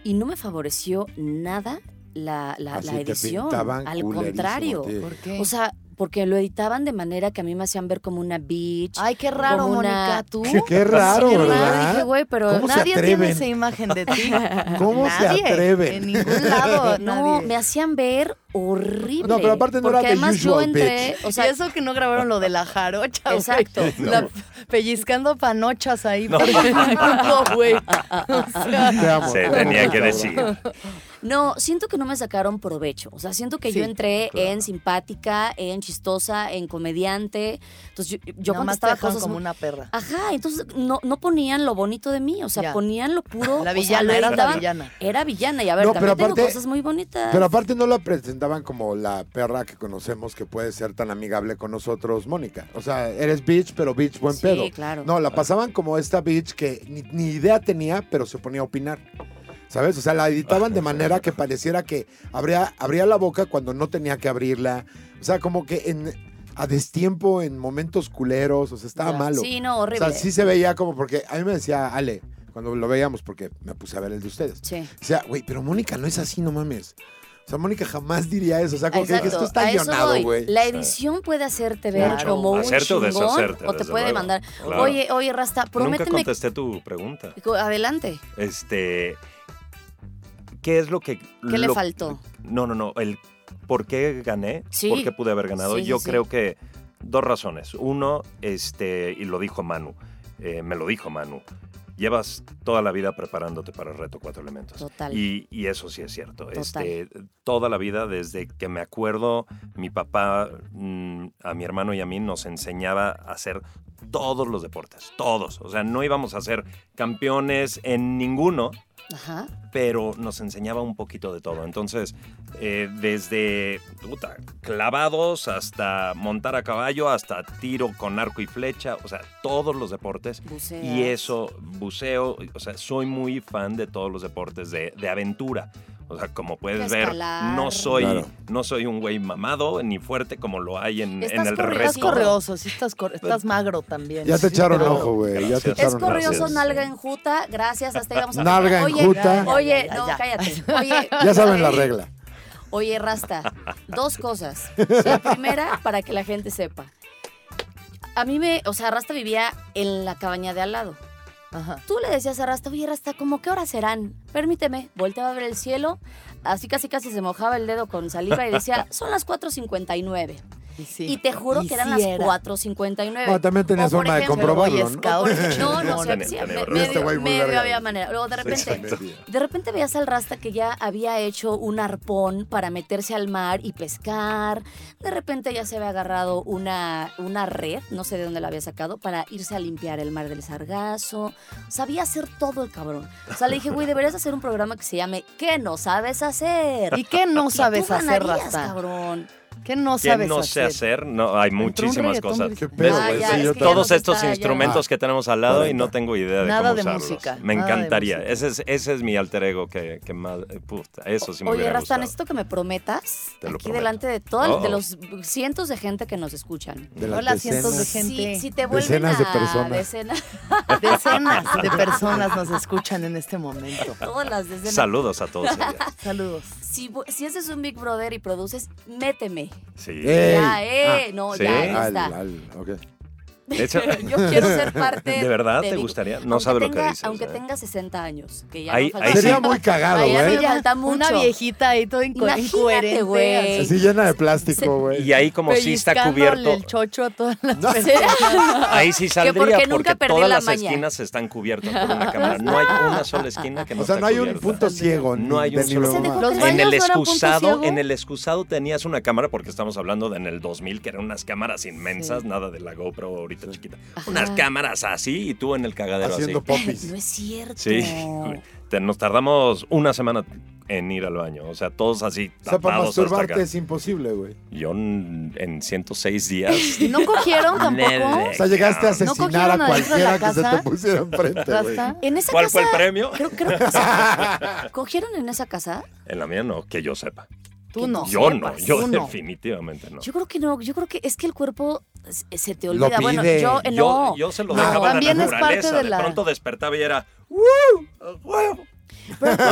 [SPEAKER 3] y no me favoreció nada la, la-
[SPEAKER 4] Así
[SPEAKER 3] la
[SPEAKER 4] te
[SPEAKER 3] edición.
[SPEAKER 4] pintaban
[SPEAKER 3] Al
[SPEAKER 4] culerísimo,
[SPEAKER 3] contrario.
[SPEAKER 4] tío.
[SPEAKER 6] ¿Por qué?
[SPEAKER 3] O sea, porque lo editaban de manera que a mí me hacían ver como una bitch.
[SPEAKER 6] Ay, qué raro,
[SPEAKER 3] como una-
[SPEAKER 6] Mónica, tú.
[SPEAKER 4] Qué, qué raro,
[SPEAKER 3] pues Sí, qué raro.
[SPEAKER 4] ¿verdad?
[SPEAKER 3] Dije, güey, pero
[SPEAKER 4] ¿Cómo se
[SPEAKER 6] Nadie tiene
[SPEAKER 4] atreven?
[SPEAKER 6] esa imagen de ti.
[SPEAKER 4] ¿Cómo se
[SPEAKER 6] Nadie,
[SPEAKER 4] atreven?
[SPEAKER 6] En ningún
[SPEAKER 4] [laughs]
[SPEAKER 6] lado,
[SPEAKER 3] No,
[SPEAKER 6] nadie.
[SPEAKER 3] me hacían ver horrible.
[SPEAKER 4] No, pero aparte no era
[SPEAKER 3] porque
[SPEAKER 4] the
[SPEAKER 3] además yo
[SPEAKER 4] usual
[SPEAKER 3] entré,
[SPEAKER 4] bitch.
[SPEAKER 3] o sea,
[SPEAKER 6] y eso que no grabaron lo de la jarocha, güey.
[SPEAKER 3] Exacto.
[SPEAKER 6] [laughs] La- pellizcando panochas ahí. por ejemplo,
[SPEAKER 5] [laughs]
[SPEAKER 6] güey.
[SPEAKER 3] ah,
[SPEAKER 6] O sea,
[SPEAKER 4] Te amo,
[SPEAKER 5] Se
[SPEAKER 4] te
[SPEAKER 5] tenía
[SPEAKER 3] [laughs]
[SPEAKER 4] amo,
[SPEAKER 5] que
[SPEAKER 4] cabrón.
[SPEAKER 5] decir.
[SPEAKER 3] No, siento que no me sacaron provecho. O sea, siento que
[SPEAKER 4] Sí,
[SPEAKER 3] yo entré en simpática, en chistosa, en comediante. Entonces yo, yo
[SPEAKER 6] nada más
[SPEAKER 3] contestaba
[SPEAKER 6] trabajaban
[SPEAKER 3] cosas
[SPEAKER 6] como
[SPEAKER 3] muy-
[SPEAKER 6] una perra.
[SPEAKER 3] Ajá, entonces no, no ponían lo bonito de mí, o sea,
[SPEAKER 6] Ya.
[SPEAKER 3] ponían lo puro.
[SPEAKER 6] [laughs] La
[SPEAKER 3] o sea,
[SPEAKER 6] villana,
[SPEAKER 3] lo
[SPEAKER 6] eras la
[SPEAKER 3] editaban-
[SPEAKER 6] villana.
[SPEAKER 3] Era villana, y a ver,
[SPEAKER 4] No,
[SPEAKER 3] también
[SPEAKER 4] pero
[SPEAKER 3] tengo
[SPEAKER 4] aparte-
[SPEAKER 3] cosas muy bonitas.
[SPEAKER 4] Pero aparte no la presentaban como la perra que conocemos que puede ser tan amigable con nosotros, Mónica. O sea, eres bitch, pero bitch buen
[SPEAKER 3] Sí,
[SPEAKER 4] pedo.
[SPEAKER 3] claro.
[SPEAKER 4] No, la pasaban como esta bitch que ni, ni idea tenía, pero se ponía a opinar. ¿Sabes? O sea, la editaban de manera que pareciera que abría, abría la boca cuando no tenía que abrirla. O sea, como que en, a destiempo, en momentos culeros, o sea, estaba
[SPEAKER 6] Ya.
[SPEAKER 4] malo.
[SPEAKER 3] Sí, no,
[SPEAKER 4] o
[SPEAKER 3] horrible.
[SPEAKER 4] sea, sí se veía como porque a mí me decía Ale, cuando lo veíamos, porque me puse a ver el de ustedes.
[SPEAKER 3] Sí.
[SPEAKER 4] O sea, güey, pero Mónica no es así, no mames. O sea, Mónica jamás diría eso. O sea, como que dije,
[SPEAKER 3] Exacto,
[SPEAKER 4] esto está
[SPEAKER 3] a eso
[SPEAKER 4] guionado,
[SPEAKER 3] voy.
[SPEAKER 4] güey.
[SPEAKER 3] La edición puede hacerte ver
[SPEAKER 6] Mucho.
[SPEAKER 3] como un
[SPEAKER 5] Hacerte o
[SPEAKER 3] chingón
[SPEAKER 5] deshacerte,
[SPEAKER 3] o te
[SPEAKER 5] desde
[SPEAKER 3] puede
[SPEAKER 5] luego.
[SPEAKER 3] mandar,
[SPEAKER 5] Claro.
[SPEAKER 3] oye, oye, Rasta,
[SPEAKER 5] Nunca
[SPEAKER 3] prométeme,
[SPEAKER 5] contesté tu pregunta.
[SPEAKER 3] adelante,
[SPEAKER 5] Este. ¿Qué es lo que.
[SPEAKER 3] ¿qué le faltó?
[SPEAKER 5] No, no, no. El por qué gané,
[SPEAKER 3] Sí.
[SPEAKER 5] por qué pude haber ganado.
[SPEAKER 3] Sí, sí,
[SPEAKER 5] Yo
[SPEAKER 3] sí.
[SPEAKER 5] creo que dos razones. Uno, este, y lo dijo Manu, eh, me lo dijo Manu. Llevas toda la vida preparándote para el reto cuatro elementos.
[SPEAKER 3] Total.
[SPEAKER 5] Y, y eso sí es cierto.
[SPEAKER 3] Total.
[SPEAKER 5] Este, toda la vida, desde que me acuerdo, mi papá, mm, a mi hermano y a mí nos enseñaba a hacer todos los deportes, todos. O sea, no íbamos a ser campeones en ninguno,
[SPEAKER 3] Ajá.
[SPEAKER 5] pero nos enseñaba un poquito de todo. Entonces, eh, desde puta, clavados hasta montar a caballo, hasta tiro con arco y flecha, o sea, todos los deportes.
[SPEAKER 3] Buceas.
[SPEAKER 5] Y eso, buceo, o sea, soy muy fan de todos los deportes de, de aventura. O sea, como puedes
[SPEAKER 3] que
[SPEAKER 5] ver,
[SPEAKER 3] escalar.
[SPEAKER 5] no soy,
[SPEAKER 4] Claro.
[SPEAKER 5] no soy un güey mamado ni fuerte como lo hay en, en
[SPEAKER 3] Estás
[SPEAKER 5] el
[SPEAKER 3] corri-
[SPEAKER 6] Estás
[SPEAKER 5] resto.
[SPEAKER 6] correoso, sí estás, cor- estás magro también.
[SPEAKER 4] Ya te echaron
[SPEAKER 6] Pero-
[SPEAKER 4] ojo, güey. Ya te
[SPEAKER 5] Gracias.
[SPEAKER 3] Es
[SPEAKER 4] echaron
[SPEAKER 3] corrioso,
[SPEAKER 5] gracias.
[SPEAKER 4] ojo.
[SPEAKER 3] nalga enjuta. Gracias, hasta ahí vamos a
[SPEAKER 4] Nalga
[SPEAKER 3] Oye,
[SPEAKER 4] enjuta.
[SPEAKER 3] Oye,
[SPEAKER 6] Ya, ya,
[SPEAKER 3] no,
[SPEAKER 6] ya.
[SPEAKER 3] cállate. Oye,
[SPEAKER 4] [laughs] Ya saben la
[SPEAKER 3] oye,
[SPEAKER 4] regla.
[SPEAKER 3] Oye, Rasta, dos
[SPEAKER 4] [laughs]
[SPEAKER 3] cosas. La primera, para que la gente sepa. A mí me, o sea, Rasta vivía en la cabaña de al lado.
[SPEAKER 6] Ajá.
[SPEAKER 3] Tú le decías a Rasta, oye, Rasta, ¿cómo qué horas serán? Permíteme, volteaba a ver el cielo, así casi casi se mojaba el dedo con saliva y decía, son las 4.59.
[SPEAKER 6] Y, sí.
[SPEAKER 3] Y te juro que eran
[SPEAKER 6] sí
[SPEAKER 3] las
[SPEAKER 6] era.
[SPEAKER 3] 4.59.
[SPEAKER 4] Bueno, también tenías
[SPEAKER 3] O, por
[SPEAKER 4] forma de
[SPEAKER 3] ejemplo,
[SPEAKER 6] Boy
[SPEAKER 4] comprobarlo, ¿no?
[SPEAKER 6] Scout.
[SPEAKER 3] No, no,
[SPEAKER 5] No,
[SPEAKER 3] sí,
[SPEAKER 5] no,
[SPEAKER 3] sí,
[SPEAKER 5] no,
[SPEAKER 3] me-
[SPEAKER 5] no, no,
[SPEAKER 3] medio,
[SPEAKER 4] este güey muy
[SPEAKER 3] medio
[SPEAKER 4] verga.
[SPEAKER 3] había manera. Luego de repente,
[SPEAKER 5] Exacto.
[SPEAKER 3] de repente veías al rasta que ya había hecho un arpón para meterse al mar y pescar. De repente ya se había agarrado una, una red, no sé de dónde la había sacado, para irse a limpiar el mar del sargazo. Sabía hacer todo el cabrón. O sea, le dije, güey, deberías hacer un programa que se llame ¿Qué no sabes hacer?
[SPEAKER 6] ¿Y qué no
[SPEAKER 3] tú
[SPEAKER 6] sabes hacer,
[SPEAKER 3] ganarías,
[SPEAKER 6] Rasta?
[SPEAKER 3] cabrón.
[SPEAKER 6] ¿Qué no
[SPEAKER 5] ¿Qué
[SPEAKER 6] sabes
[SPEAKER 5] no sé hacer? No, hay muchísimas
[SPEAKER 6] reggaetón
[SPEAKER 5] cosas.
[SPEAKER 6] cristiano.
[SPEAKER 4] Pero,
[SPEAKER 5] ¿Ves?
[SPEAKER 4] güey,
[SPEAKER 3] ya,
[SPEAKER 4] sí,
[SPEAKER 3] es que ya
[SPEAKER 4] yo todo-
[SPEAKER 5] pues, Todos
[SPEAKER 3] nos
[SPEAKER 5] estos
[SPEAKER 3] está- ya-
[SPEAKER 5] instrumentos que tenemos al lado y no tengo idea de
[SPEAKER 6] Nada
[SPEAKER 5] cómo
[SPEAKER 6] de
[SPEAKER 5] usarlos.
[SPEAKER 6] música,
[SPEAKER 5] Me
[SPEAKER 6] nada de
[SPEAKER 5] encantaría.
[SPEAKER 6] música.
[SPEAKER 5] Ese es, ese es mi alter ego que, que más... eh, Puta, eso sí me
[SPEAKER 3] Oye,
[SPEAKER 5] hubiera
[SPEAKER 3] Rasta,
[SPEAKER 5] gustado.
[SPEAKER 3] necesito que me prometas
[SPEAKER 5] Te lo
[SPEAKER 3] aquí
[SPEAKER 5] prometo.
[SPEAKER 3] delante de todos, de
[SPEAKER 5] Oh.
[SPEAKER 3] los cientos de gente que nos escuchan.
[SPEAKER 4] De las
[SPEAKER 6] Hola, cientos de
[SPEAKER 4] decenas.
[SPEAKER 6] gente.
[SPEAKER 3] Si, si te vuelven
[SPEAKER 4] Decenas de
[SPEAKER 3] a
[SPEAKER 4] personas.
[SPEAKER 3] decenas, [laughs]
[SPEAKER 6] Decenas de personas nos escuchan en este momento.
[SPEAKER 3] todas las decenas.
[SPEAKER 5] Saludos a todos ellos.
[SPEAKER 6] Saludos.
[SPEAKER 3] Si, vu- si haces un Big Brother y produces, méteme.
[SPEAKER 5] Sí.
[SPEAKER 4] Ey.
[SPEAKER 3] Ya, eh.
[SPEAKER 4] Ah,
[SPEAKER 3] no,
[SPEAKER 5] ¿sí?
[SPEAKER 3] ya, ya
[SPEAKER 4] al-
[SPEAKER 3] está.
[SPEAKER 4] al- ok.
[SPEAKER 5] De hecho-
[SPEAKER 3] [laughs] Yo quiero ser parte.
[SPEAKER 5] ¿De verdad te
[SPEAKER 3] Big-
[SPEAKER 5] gustaría? No
[SPEAKER 3] Aunque
[SPEAKER 5] sabe lo que
[SPEAKER 3] tenga-
[SPEAKER 5] dices.
[SPEAKER 3] Aunque
[SPEAKER 5] ¿eh?
[SPEAKER 3] tenga 60 años, que ya
[SPEAKER 5] Ahí-
[SPEAKER 3] no falta
[SPEAKER 5] ahí sí.
[SPEAKER 4] Sería muy cagado, ¿eh?
[SPEAKER 3] Ahí
[SPEAKER 4] güey.
[SPEAKER 3] me falta mucho.
[SPEAKER 6] Una viejita ahí toda inco-
[SPEAKER 3] Imagínate,
[SPEAKER 6] incoherente.
[SPEAKER 3] güey.
[SPEAKER 6] así,
[SPEAKER 4] Así llena de plástico, güey.
[SPEAKER 5] Y ahí como sí está
[SPEAKER 6] pellizcándole
[SPEAKER 5] cubierto...
[SPEAKER 6] el chocho a todas [laughs] las
[SPEAKER 3] [laughs]
[SPEAKER 4] No. [laughs]
[SPEAKER 5] Ahí sí saldría
[SPEAKER 3] porque
[SPEAKER 5] porque,
[SPEAKER 3] nunca perdí
[SPEAKER 5] todas
[SPEAKER 3] la
[SPEAKER 5] las
[SPEAKER 3] maña.
[SPEAKER 5] esquinas están cubiertas
[SPEAKER 3] [laughs]
[SPEAKER 5] por una cámara. No hay una sola esquina que no
[SPEAKER 4] O sea,
[SPEAKER 5] está
[SPEAKER 4] no hay un
[SPEAKER 5] cubierta.
[SPEAKER 4] punto ciego.
[SPEAKER 5] No hay
[SPEAKER 4] de
[SPEAKER 5] un
[SPEAKER 4] ni
[SPEAKER 5] solo
[SPEAKER 4] broma.
[SPEAKER 3] punto.
[SPEAKER 6] Los
[SPEAKER 5] en
[SPEAKER 3] baños
[SPEAKER 5] el
[SPEAKER 3] no eran punto
[SPEAKER 5] excusado,
[SPEAKER 3] ciego?
[SPEAKER 5] en el excusado tenías una cámara porque estamos hablando de en el 2000 que eran unas cámaras inmensas, nada de la GoPro ahorita chiquita. Unas cámaras así y tú en el cagadero
[SPEAKER 4] Haciendo
[SPEAKER 5] así.
[SPEAKER 4] popis.
[SPEAKER 3] No es cierto.
[SPEAKER 5] [laughs] Sí. Te- nos tardamos una semana en ir al baño, o sea, todos así
[SPEAKER 4] O sea, para
[SPEAKER 5] tapados hasta
[SPEAKER 4] masturbarte
[SPEAKER 5] acá.
[SPEAKER 4] es imposible, güey.
[SPEAKER 5] Yo en en 106
[SPEAKER 3] [laughs]
[SPEAKER 5] días.
[SPEAKER 6] ¿No cogieron tampoco?
[SPEAKER 5] Nene.
[SPEAKER 4] O sea, llegaste a
[SPEAKER 6] ¿No
[SPEAKER 4] asesinar
[SPEAKER 6] cogieron
[SPEAKER 4] a
[SPEAKER 6] adentro de la
[SPEAKER 4] cualquiera que se te
[SPEAKER 6] casa?
[SPEAKER 4] pusiera enfrente, güey.
[SPEAKER 6] Rasta.
[SPEAKER 3] En esa
[SPEAKER 5] ¿Cuál
[SPEAKER 3] casa.
[SPEAKER 5] fue el premio?
[SPEAKER 3] Creo, creo que
[SPEAKER 4] [laughs]
[SPEAKER 3] sí. ¿Cogieron en esa casa?
[SPEAKER 5] En la mía no, que yo sepa.
[SPEAKER 6] Tú no.
[SPEAKER 5] yo no,
[SPEAKER 6] sepas,
[SPEAKER 5] yo
[SPEAKER 6] tú no.
[SPEAKER 5] definitivamente no.
[SPEAKER 3] Yo creo que no, yo creo que es que el cuerpo se- se te olvida. Bueno,
[SPEAKER 4] pide.
[SPEAKER 3] yo eh,
[SPEAKER 5] Yo,
[SPEAKER 3] no.
[SPEAKER 5] yo se lo
[SPEAKER 3] No,
[SPEAKER 5] dejaba a la
[SPEAKER 6] también es parte
[SPEAKER 5] naturaleza.
[SPEAKER 6] de
[SPEAKER 5] de,
[SPEAKER 6] la-
[SPEAKER 5] pronto despertaba y era. ¡Uh! ¡Huevo!
[SPEAKER 6] todavía
[SPEAKER 5] [laughs]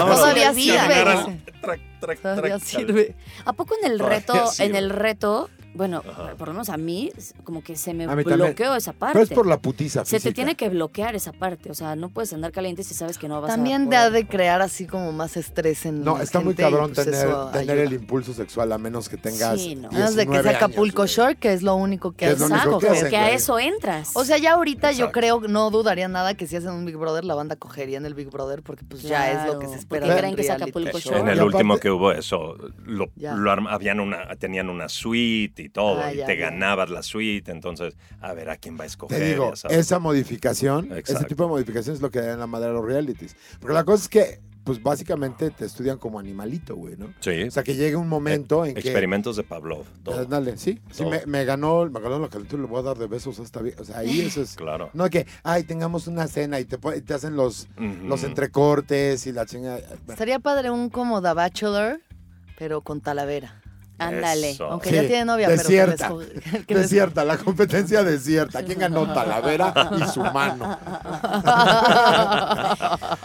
[SPEAKER 5] Vámonos.
[SPEAKER 6] sirve.
[SPEAKER 5] Ganar al- trac, trac,
[SPEAKER 6] Todavía
[SPEAKER 5] trac,
[SPEAKER 6] sirve.
[SPEAKER 3] ¿A poco en el
[SPEAKER 5] Todavía
[SPEAKER 3] reto,
[SPEAKER 5] [laughs] sirve.
[SPEAKER 3] en el reto, bueno,
[SPEAKER 5] Ajá.
[SPEAKER 3] por lo menos a mí, s- como que se me
[SPEAKER 4] A mí
[SPEAKER 3] bloqueó
[SPEAKER 4] también.
[SPEAKER 3] esa parte?
[SPEAKER 4] Pero es por la putiza
[SPEAKER 3] se te
[SPEAKER 4] física.
[SPEAKER 3] tiene que bloquear esa parte, o sea, no puedes andar caliente si sabes que no vas a
[SPEAKER 6] También
[SPEAKER 3] poder.
[SPEAKER 6] da de crear así como más estrés en
[SPEAKER 4] No,
[SPEAKER 6] la
[SPEAKER 4] está muy
[SPEAKER 6] gente y,
[SPEAKER 4] cabrón
[SPEAKER 6] pues,
[SPEAKER 4] tener,
[SPEAKER 6] eso
[SPEAKER 4] tener
[SPEAKER 6] ayuda.
[SPEAKER 4] el impulso sexual a menos que tengas
[SPEAKER 3] Sí, no.
[SPEAKER 6] A menos de que
[SPEAKER 4] 19
[SPEAKER 6] sea Acapulco
[SPEAKER 4] años, güey.
[SPEAKER 6] Shore, que es lo único que
[SPEAKER 4] Que
[SPEAKER 6] haces.
[SPEAKER 4] es lo único
[SPEAKER 3] Exacto,
[SPEAKER 4] que hacen,
[SPEAKER 3] porque a
[SPEAKER 4] güey.
[SPEAKER 3] eso entras.
[SPEAKER 6] O sea, ya ahorita yo
[SPEAKER 5] Exacto.
[SPEAKER 6] creo, no dudaría nada que si hacen un Big Brother, la banda cogería en el Big Brother, porque pues ya es lo que
[SPEAKER 3] Claro,
[SPEAKER 6] se espera.
[SPEAKER 3] porque
[SPEAKER 6] de
[SPEAKER 3] creen
[SPEAKER 6] un
[SPEAKER 3] que es
[SPEAKER 6] reality
[SPEAKER 3] Acapulco
[SPEAKER 6] show.
[SPEAKER 3] Shore.
[SPEAKER 5] En el
[SPEAKER 4] Y aparte-
[SPEAKER 5] último que hubo eso, lo,
[SPEAKER 6] Ya.
[SPEAKER 5] lo arm- habían una, tenían una suite y todo,
[SPEAKER 6] Ah,
[SPEAKER 5] y
[SPEAKER 6] ya,
[SPEAKER 5] te
[SPEAKER 6] ya.
[SPEAKER 5] ganabas la suite, entonces, a ver a quién va a escoger.
[SPEAKER 4] Te digo,
[SPEAKER 5] ya sabes.
[SPEAKER 4] esa modificación, ese
[SPEAKER 5] Exacto.
[SPEAKER 4] tipo de modificación es lo que da en la madre a los realities. Porque la cosa es que, pues básicamente te estudian como animalito, güey, ¿no?
[SPEAKER 5] Sí,
[SPEAKER 4] O sea, que llegue un momento en que...
[SPEAKER 5] experimentos de Pavlov, todo.
[SPEAKER 4] Dale, sí, sí
[SPEAKER 5] Todo.
[SPEAKER 4] me, me ganó, me ganó la calentura, le voy a dar de besos hasta bien. O sea, ahí eso [laughs] es.
[SPEAKER 5] Claro.
[SPEAKER 4] No que, ay, tengamos una cena y te, pon- te hacen los,
[SPEAKER 5] Ujú.
[SPEAKER 4] los entrecortes y la chingada. Bueno,
[SPEAKER 6] Estaría padre un como The Bachelor, pero con Talavera.
[SPEAKER 3] Ándale.
[SPEAKER 5] Eso.
[SPEAKER 6] Aunque
[SPEAKER 4] Sí,
[SPEAKER 6] ya tiene novia, pero que
[SPEAKER 4] desierta.
[SPEAKER 6] les co-
[SPEAKER 4] [laughs]
[SPEAKER 6] que les-
[SPEAKER 4] Desierta, la competencia desierta. ¿Quién ganó Talavera y su mano?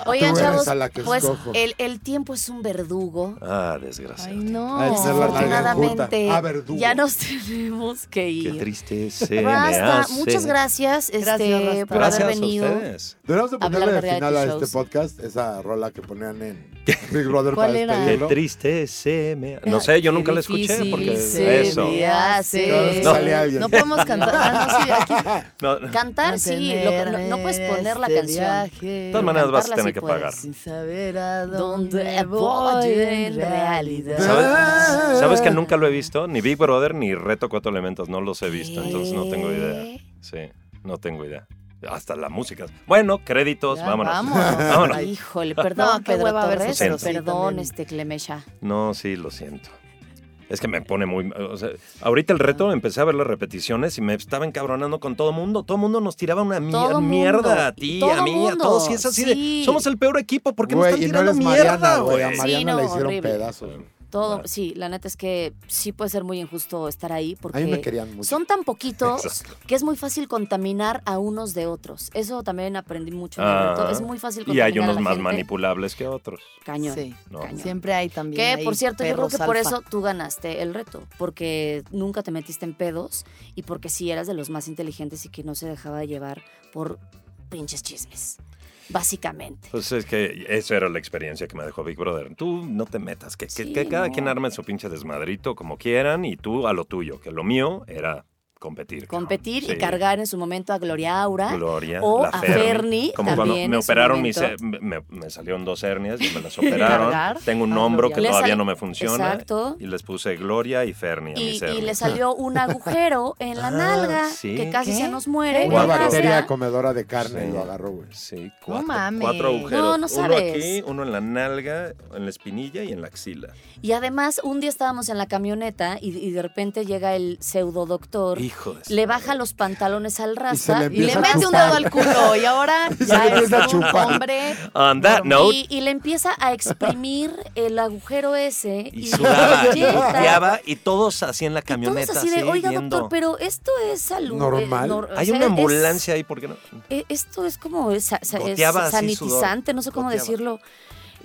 [SPEAKER 3] Oigan,
[SPEAKER 4] Tú eres
[SPEAKER 3] chavos,
[SPEAKER 4] a la que
[SPEAKER 3] pues
[SPEAKER 4] escojo.
[SPEAKER 3] el, el tiempo es un verdugo.
[SPEAKER 5] [laughs] Ah, desgracia.
[SPEAKER 6] Ay, no.
[SPEAKER 4] Ay, ser la nalga enjuta.
[SPEAKER 3] Afortunadamente,
[SPEAKER 4] Ah, verdugo.
[SPEAKER 3] ya nos [laughs] tenemos que
[SPEAKER 5] Qué
[SPEAKER 3] ir.
[SPEAKER 5] triste se me
[SPEAKER 3] Rasta,
[SPEAKER 5] hace.
[SPEAKER 3] muchas gracias, este,
[SPEAKER 6] Gracias, Rasta.
[SPEAKER 3] por
[SPEAKER 5] Gracias
[SPEAKER 3] haber venido.
[SPEAKER 5] a ustedes.
[SPEAKER 4] Deberíamos de
[SPEAKER 3] Hablar
[SPEAKER 4] ponerle
[SPEAKER 3] de
[SPEAKER 4] de final a
[SPEAKER 3] reality
[SPEAKER 4] este
[SPEAKER 3] shows.
[SPEAKER 4] podcast esa rola que ponían en Big Brother
[SPEAKER 6] ¿Cuál
[SPEAKER 4] para
[SPEAKER 6] era?
[SPEAKER 5] Qué
[SPEAKER 4] despedirlo.
[SPEAKER 5] triste se me No sé, yo nunca la escuché
[SPEAKER 6] Difícil
[SPEAKER 5] porque
[SPEAKER 6] se
[SPEAKER 5] eso.
[SPEAKER 6] me hace.
[SPEAKER 3] Cada
[SPEAKER 4] vez que sale alguien.
[SPEAKER 6] No podemos cantar. Ah, no, sí, aquí.
[SPEAKER 5] No, de
[SPEAKER 3] Cantar, sí, lo- no, no puedes poner la canción.
[SPEAKER 6] De
[SPEAKER 5] todas maneras vas a
[SPEAKER 3] Cantarla
[SPEAKER 5] tener
[SPEAKER 3] sí
[SPEAKER 5] que
[SPEAKER 3] puedes.
[SPEAKER 5] pagar.
[SPEAKER 6] Sin saber a
[SPEAKER 3] Donde
[SPEAKER 6] dónde voy en realidad.
[SPEAKER 5] ¿Sabes, sabes que nunca lo he visto? Ni Big Brother ni Reto Cuatro Elementos, no los he visto, entonces no tengo idea.
[SPEAKER 3] ¿Qué?
[SPEAKER 5] Sí, no tengo idea. Hasta la música. Bueno, créditos,
[SPEAKER 6] Ya,
[SPEAKER 5] vámonos. [laughs]
[SPEAKER 6] vámonos.
[SPEAKER 5] Vámonos.
[SPEAKER 3] Híjole, perdón,
[SPEAKER 6] No, qué
[SPEAKER 3] Pedro
[SPEAKER 6] hueva verse,
[SPEAKER 3] Torres,
[SPEAKER 5] pero sí,
[SPEAKER 3] perdón,
[SPEAKER 6] también.
[SPEAKER 3] este Clemesha.
[SPEAKER 5] No, sí, lo siento. Es que me pone muy. o sea, ahorita el reto empecé a ver las repeticiones y me estaba encabronando con todo mundo. Todo mundo nos tiraba una mi-
[SPEAKER 3] Todo
[SPEAKER 5] mierda
[SPEAKER 3] mundo.
[SPEAKER 5] a ti,
[SPEAKER 3] Todo
[SPEAKER 5] a mí, a
[SPEAKER 3] mundo.
[SPEAKER 5] todos. Y es así
[SPEAKER 3] Sí.
[SPEAKER 5] de. Somos el peor equipo, ¿por qué nos
[SPEAKER 4] Güey,
[SPEAKER 5] están
[SPEAKER 4] y no
[SPEAKER 5] tirando
[SPEAKER 4] eres
[SPEAKER 5] mierda,
[SPEAKER 4] Mariana, güey. A
[SPEAKER 5] güey?
[SPEAKER 3] Sí,
[SPEAKER 4] Mariana
[SPEAKER 3] no,
[SPEAKER 4] le hicieron
[SPEAKER 3] horrible.
[SPEAKER 4] pedazos.
[SPEAKER 3] Todo, sí, la neta es que sí puede ser muy injusto estar ahí
[SPEAKER 4] A mí me
[SPEAKER 3] porque
[SPEAKER 4] querían mucho.
[SPEAKER 3] son tan poquitos
[SPEAKER 5] Exacto.
[SPEAKER 3] que es muy fácil contaminar a unos de otros. Eso también aprendí mucho. en el
[SPEAKER 5] Ah.
[SPEAKER 3] reto. es muy fácil
[SPEAKER 5] Y
[SPEAKER 3] contaminar
[SPEAKER 5] hay unos
[SPEAKER 3] a la
[SPEAKER 5] más
[SPEAKER 3] gente.
[SPEAKER 5] manipulables que otros.
[SPEAKER 3] Cañón.
[SPEAKER 6] Sí.
[SPEAKER 5] No.
[SPEAKER 3] Cañón.
[SPEAKER 6] Siempre hay también.
[SPEAKER 3] Que,
[SPEAKER 6] ahí
[SPEAKER 3] por cierto, yo creo
[SPEAKER 6] perros
[SPEAKER 3] que por
[SPEAKER 6] alfa.
[SPEAKER 3] eso tú ganaste el reto, porque nunca te metiste en pedos y porque sí eras de los más inteligentes y que no se dejaba llevar por pinches chismes, básicamente.
[SPEAKER 5] Pues es que esa era la experiencia que me dejó Big Brother. Tú no te metas, que, que-
[SPEAKER 3] Sí,
[SPEAKER 5] que cada
[SPEAKER 3] no.
[SPEAKER 5] quien arme su pinche desmadrito como quieran y tú a lo tuyo, que lo mío era competir. cabrón.
[SPEAKER 3] Competir
[SPEAKER 5] Sí.
[SPEAKER 3] y cargar en su momento a Gloria Aura.
[SPEAKER 5] Gloria,
[SPEAKER 3] Ah, o
[SPEAKER 5] la
[SPEAKER 3] a
[SPEAKER 5] Ferni.
[SPEAKER 3] Ferni
[SPEAKER 5] Como
[SPEAKER 3] también
[SPEAKER 5] cuando
[SPEAKER 3] en
[SPEAKER 5] me
[SPEAKER 3] su
[SPEAKER 5] operaron, mis,
[SPEAKER 3] momento.
[SPEAKER 5] me, me- me salieron dos hernias y
[SPEAKER 3] [laughs]
[SPEAKER 5] me las operaron.
[SPEAKER 6] Cargar
[SPEAKER 5] Tengo un
[SPEAKER 6] a
[SPEAKER 5] hombro que
[SPEAKER 6] Gloria.
[SPEAKER 3] Le
[SPEAKER 5] todavía
[SPEAKER 3] sal-
[SPEAKER 5] no me funciona.
[SPEAKER 3] Exacto.
[SPEAKER 5] Y les puse Gloria y Ferni a
[SPEAKER 3] Y,
[SPEAKER 5] mis hernias.
[SPEAKER 3] y le
[SPEAKER 5] [laughs]
[SPEAKER 3] salió un agujero en la
[SPEAKER 5] Ah,
[SPEAKER 3] nalga
[SPEAKER 5] sí.
[SPEAKER 3] que casi
[SPEAKER 6] ¿Qué?
[SPEAKER 3] se nos muere.
[SPEAKER 4] Una
[SPEAKER 5] Guau,
[SPEAKER 3] Gracias.
[SPEAKER 4] bacteria comedora de carne
[SPEAKER 5] Sí.
[SPEAKER 4] lo agarró, güey.
[SPEAKER 5] Sí, cuatro,
[SPEAKER 6] mames.
[SPEAKER 5] cuatro agujeros.
[SPEAKER 3] No, no sabes.
[SPEAKER 5] Uno aquí, uno en la nalga, en la espinilla y en la axila.
[SPEAKER 3] Y además, un día estábamos en la camioneta y, y de repente llega el pseudo doctor,
[SPEAKER 5] Hijo de
[SPEAKER 3] le baja los pantalones al
[SPEAKER 4] se
[SPEAKER 3] rasta
[SPEAKER 4] le
[SPEAKER 3] y
[SPEAKER 6] Y le
[SPEAKER 3] le
[SPEAKER 4] empieza a
[SPEAKER 3] mete
[SPEAKER 6] mete un
[SPEAKER 4] chupar.
[SPEAKER 6] dedo al culo y ahora
[SPEAKER 4] Se
[SPEAKER 6] ya
[SPEAKER 4] le
[SPEAKER 6] es
[SPEAKER 4] empieza a
[SPEAKER 6] un
[SPEAKER 4] chupar.
[SPEAKER 6] hombre.
[SPEAKER 5] On that note,
[SPEAKER 3] Y, y le empieza a exprimir el agujero ese.
[SPEAKER 5] y
[SPEAKER 3] le [laughs]
[SPEAKER 5] sudaba, y
[SPEAKER 3] inyecta.
[SPEAKER 5] goteaba, y todos así en la
[SPEAKER 3] Y todos
[SPEAKER 5] camioneta.
[SPEAKER 3] así de,
[SPEAKER 5] así,
[SPEAKER 3] oiga,
[SPEAKER 5] viendo.
[SPEAKER 3] doctor, pero esto es salud. eh,
[SPEAKER 4] Normal.
[SPEAKER 3] nor- o
[SPEAKER 5] Hay
[SPEAKER 3] sea,
[SPEAKER 5] una
[SPEAKER 3] es-
[SPEAKER 5] ambulancia ahí, ¿por qué no?
[SPEAKER 3] eh, esto es como es- sa- sa- es
[SPEAKER 5] Goteaba así
[SPEAKER 3] sanitizante, no sé cómo
[SPEAKER 5] goteaba.
[SPEAKER 3] decirlo.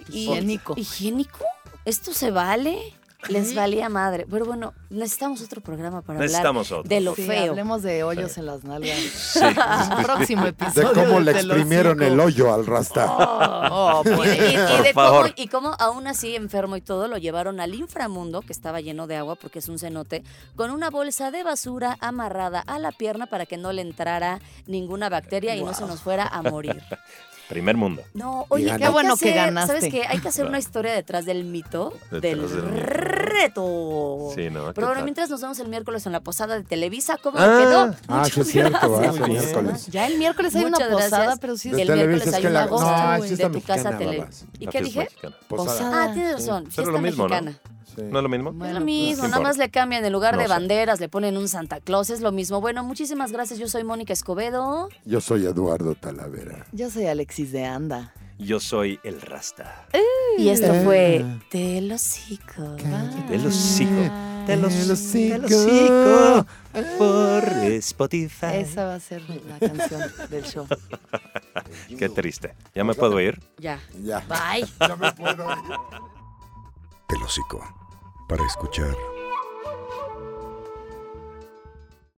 [SPEAKER 3] Y-
[SPEAKER 6] Higiénico.
[SPEAKER 3] ¿Higiénico? ¿Esto se vale? Les valía madre. Pero bueno, necesitamos otro programa para hablar
[SPEAKER 5] Necesitamos otro.
[SPEAKER 3] de lo
[SPEAKER 6] Sí,
[SPEAKER 3] feo.
[SPEAKER 6] hablemos de hoyos en las
[SPEAKER 3] [laughs]
[SPEAKER 6] nalgas.
[SPEAKER 5] Sí.
[SPEAKER 6] [laughs] Próximo
[SPEAKER 4] De
[SPEAKER 6] episodio.
[SPEAKER 4] cómo le
[SPEAKER 6] de Te lo
[SPEAKER 4] exprimieron
[SPEAKER 6] Cico.
[SPEAKER 4] el hoyo al rasta.
[SPEAKER 6] Oh,
[SPEAKER 3] Y
[SPEAKER 6] pues,
[SPEAKER 3] de, y- y
[SPEAKER 5] [laughs] Por
[SPEAKER 3] de
[SPEAKER 5] favor.
[SPEAKER 3] Cómo, y cómo aún así enfermo y todo lo llevaron al inframundo que estaba lleno de agua porque es un cenote con una bolsa de basura amarrada a la pierna para que no le entrara ninguna bacteria y no se nos fuera a morir.
[SPEAKER 5] Primer mundo.
[SPEAKER 3] No, oye,
[SPEAKER 4] ganó.
[SPEAKER 3] que
[SPEAKER 4] Qué
[SPEAKER 3] hay
[SPEAKER 6] bueno que
[SPEAKER 3] hacer-
[SPEAKER 6] ganaste.
[SPEAKER 3] ¿Sabes qué? Hay que hacer una historia detrás del mito
[SPEAKER 5] Detrás
[SPEAKER 3] del,
[SPEAKER 5] del mito.
[SPEAKER 3] reto.
[SPEAKER 5] Sí, ¿no? ¿Qué
[SPEAKER 3] Pero bueno,
[SPEAKER 5] tal?
[SPEAKER 3] mientras nos vemos el miércoles en la posada de Televisa, ¿cómo
[SPEAKER 5] Ah.
[SPEAKER 3] quedó?
[SPEAKER 4] Ah, sí es
[SPEAKER 3] Muchas
[SPEAKER 4] cierto, Pues ¿verdad?
[SPEAKER 3] gracias.
[SPEAKER 4] Sí, miércoles.
[SPEAKER 6] [laughs] Ya el miércoles hay una
[SPEAKER 3] Muchas
[SPEAKER 6] posada,
[SPEAKER 3] gracias.
[SPEAKER 6] pero sí
[SPEAKER 3] Y
[SPEAKER 4] De
[SPEAKER 3] el
[SPEAKER 4] Televisa,
[SPEAKER 3] miércoles
[SPEAKER 4] es
[SPEAKER 3] hay
[SPEAKER 4] que
[SPEAKER 3] un
[SPEAKER 4] la-
[SPEAKER 3] agosto
[SPEAKER 4] no, es
[SPEAKER 3] Ah, de
[SPEAKER 4] fiesta
[SPEAKER 3] tu casa
[SPEAKER 4] mexicana,
[SPEAKER 3] tele.
[SPEAKER 4] babas.
[SPEAKER 3] ¿Y
[SPEAKER 5] La
[SPEAKER 3] qué
[SPEAKER 5] fiesta
[SPEAKER 3] dije?
[SPEAKER 5] mexicana.
[SPEAKER 4] Posada.
[SPEAKER 3] Ah, tienes razón,
[SPEAKER 5] Pero
[SPEAKER 3] fiesta
[SPEAKER 5] es lo mismo, ¿no?
[SPEAKER 3] mexicana.
[SPEAKER 4] Sí.
[SPEAKER 5] ¿No es lo mismo?
[SPEAKER 3] Es
[SPEAKER 6] Bueno,
[SPEAKER 3] lo
[SPEAKER 6] pues,
[SPEAKER 3] mismo,
[SPEAKER 5] no
[SPEAKER 3] nada más
[SPEAKER 5] importa.
[SPEAKER 3] le cambian en lugar
[SPEAKER 5] No
[SPEAKER 3] de
[SPEAKER 5] sé.
[SPEAKER 3] banderas, le ponen un Santa Claus, es lo mismo. Bueno, muchísimas gracias, yo soy Mónica Escobedo.
[SPEAKER 4] Yo soy Eduardo Talavera.
[SPEAKER 6] Yo soy Alexis de Anda.
[SPEAKER 5] Yo soy el Rasta.
[SPEAKER 3] Y esto
[SPEAKER 4] Eh.
[SPEAKER 3] fue Te lo cico.
[SPEAKER 5] De los hijos.
[SPEAKER 4] Te lo
[SPEAKER 5] Te lo
[SPEAKER 4] cico.
[SPEAKER 5] cico por Spotify.
[SPEAKER 6] Esa va a ser la canción del show.
[SPEAKER 5] Qué triste. ¿Ya me puedo ir?
[SPEAKER 3] Ya.
[SPEAKER 4] Ya.
[SPEAKER 3] Bye.
[SPEAKER 4] Ya me puedo ir.
[SPEAKER 1] El hocico. Para escuchar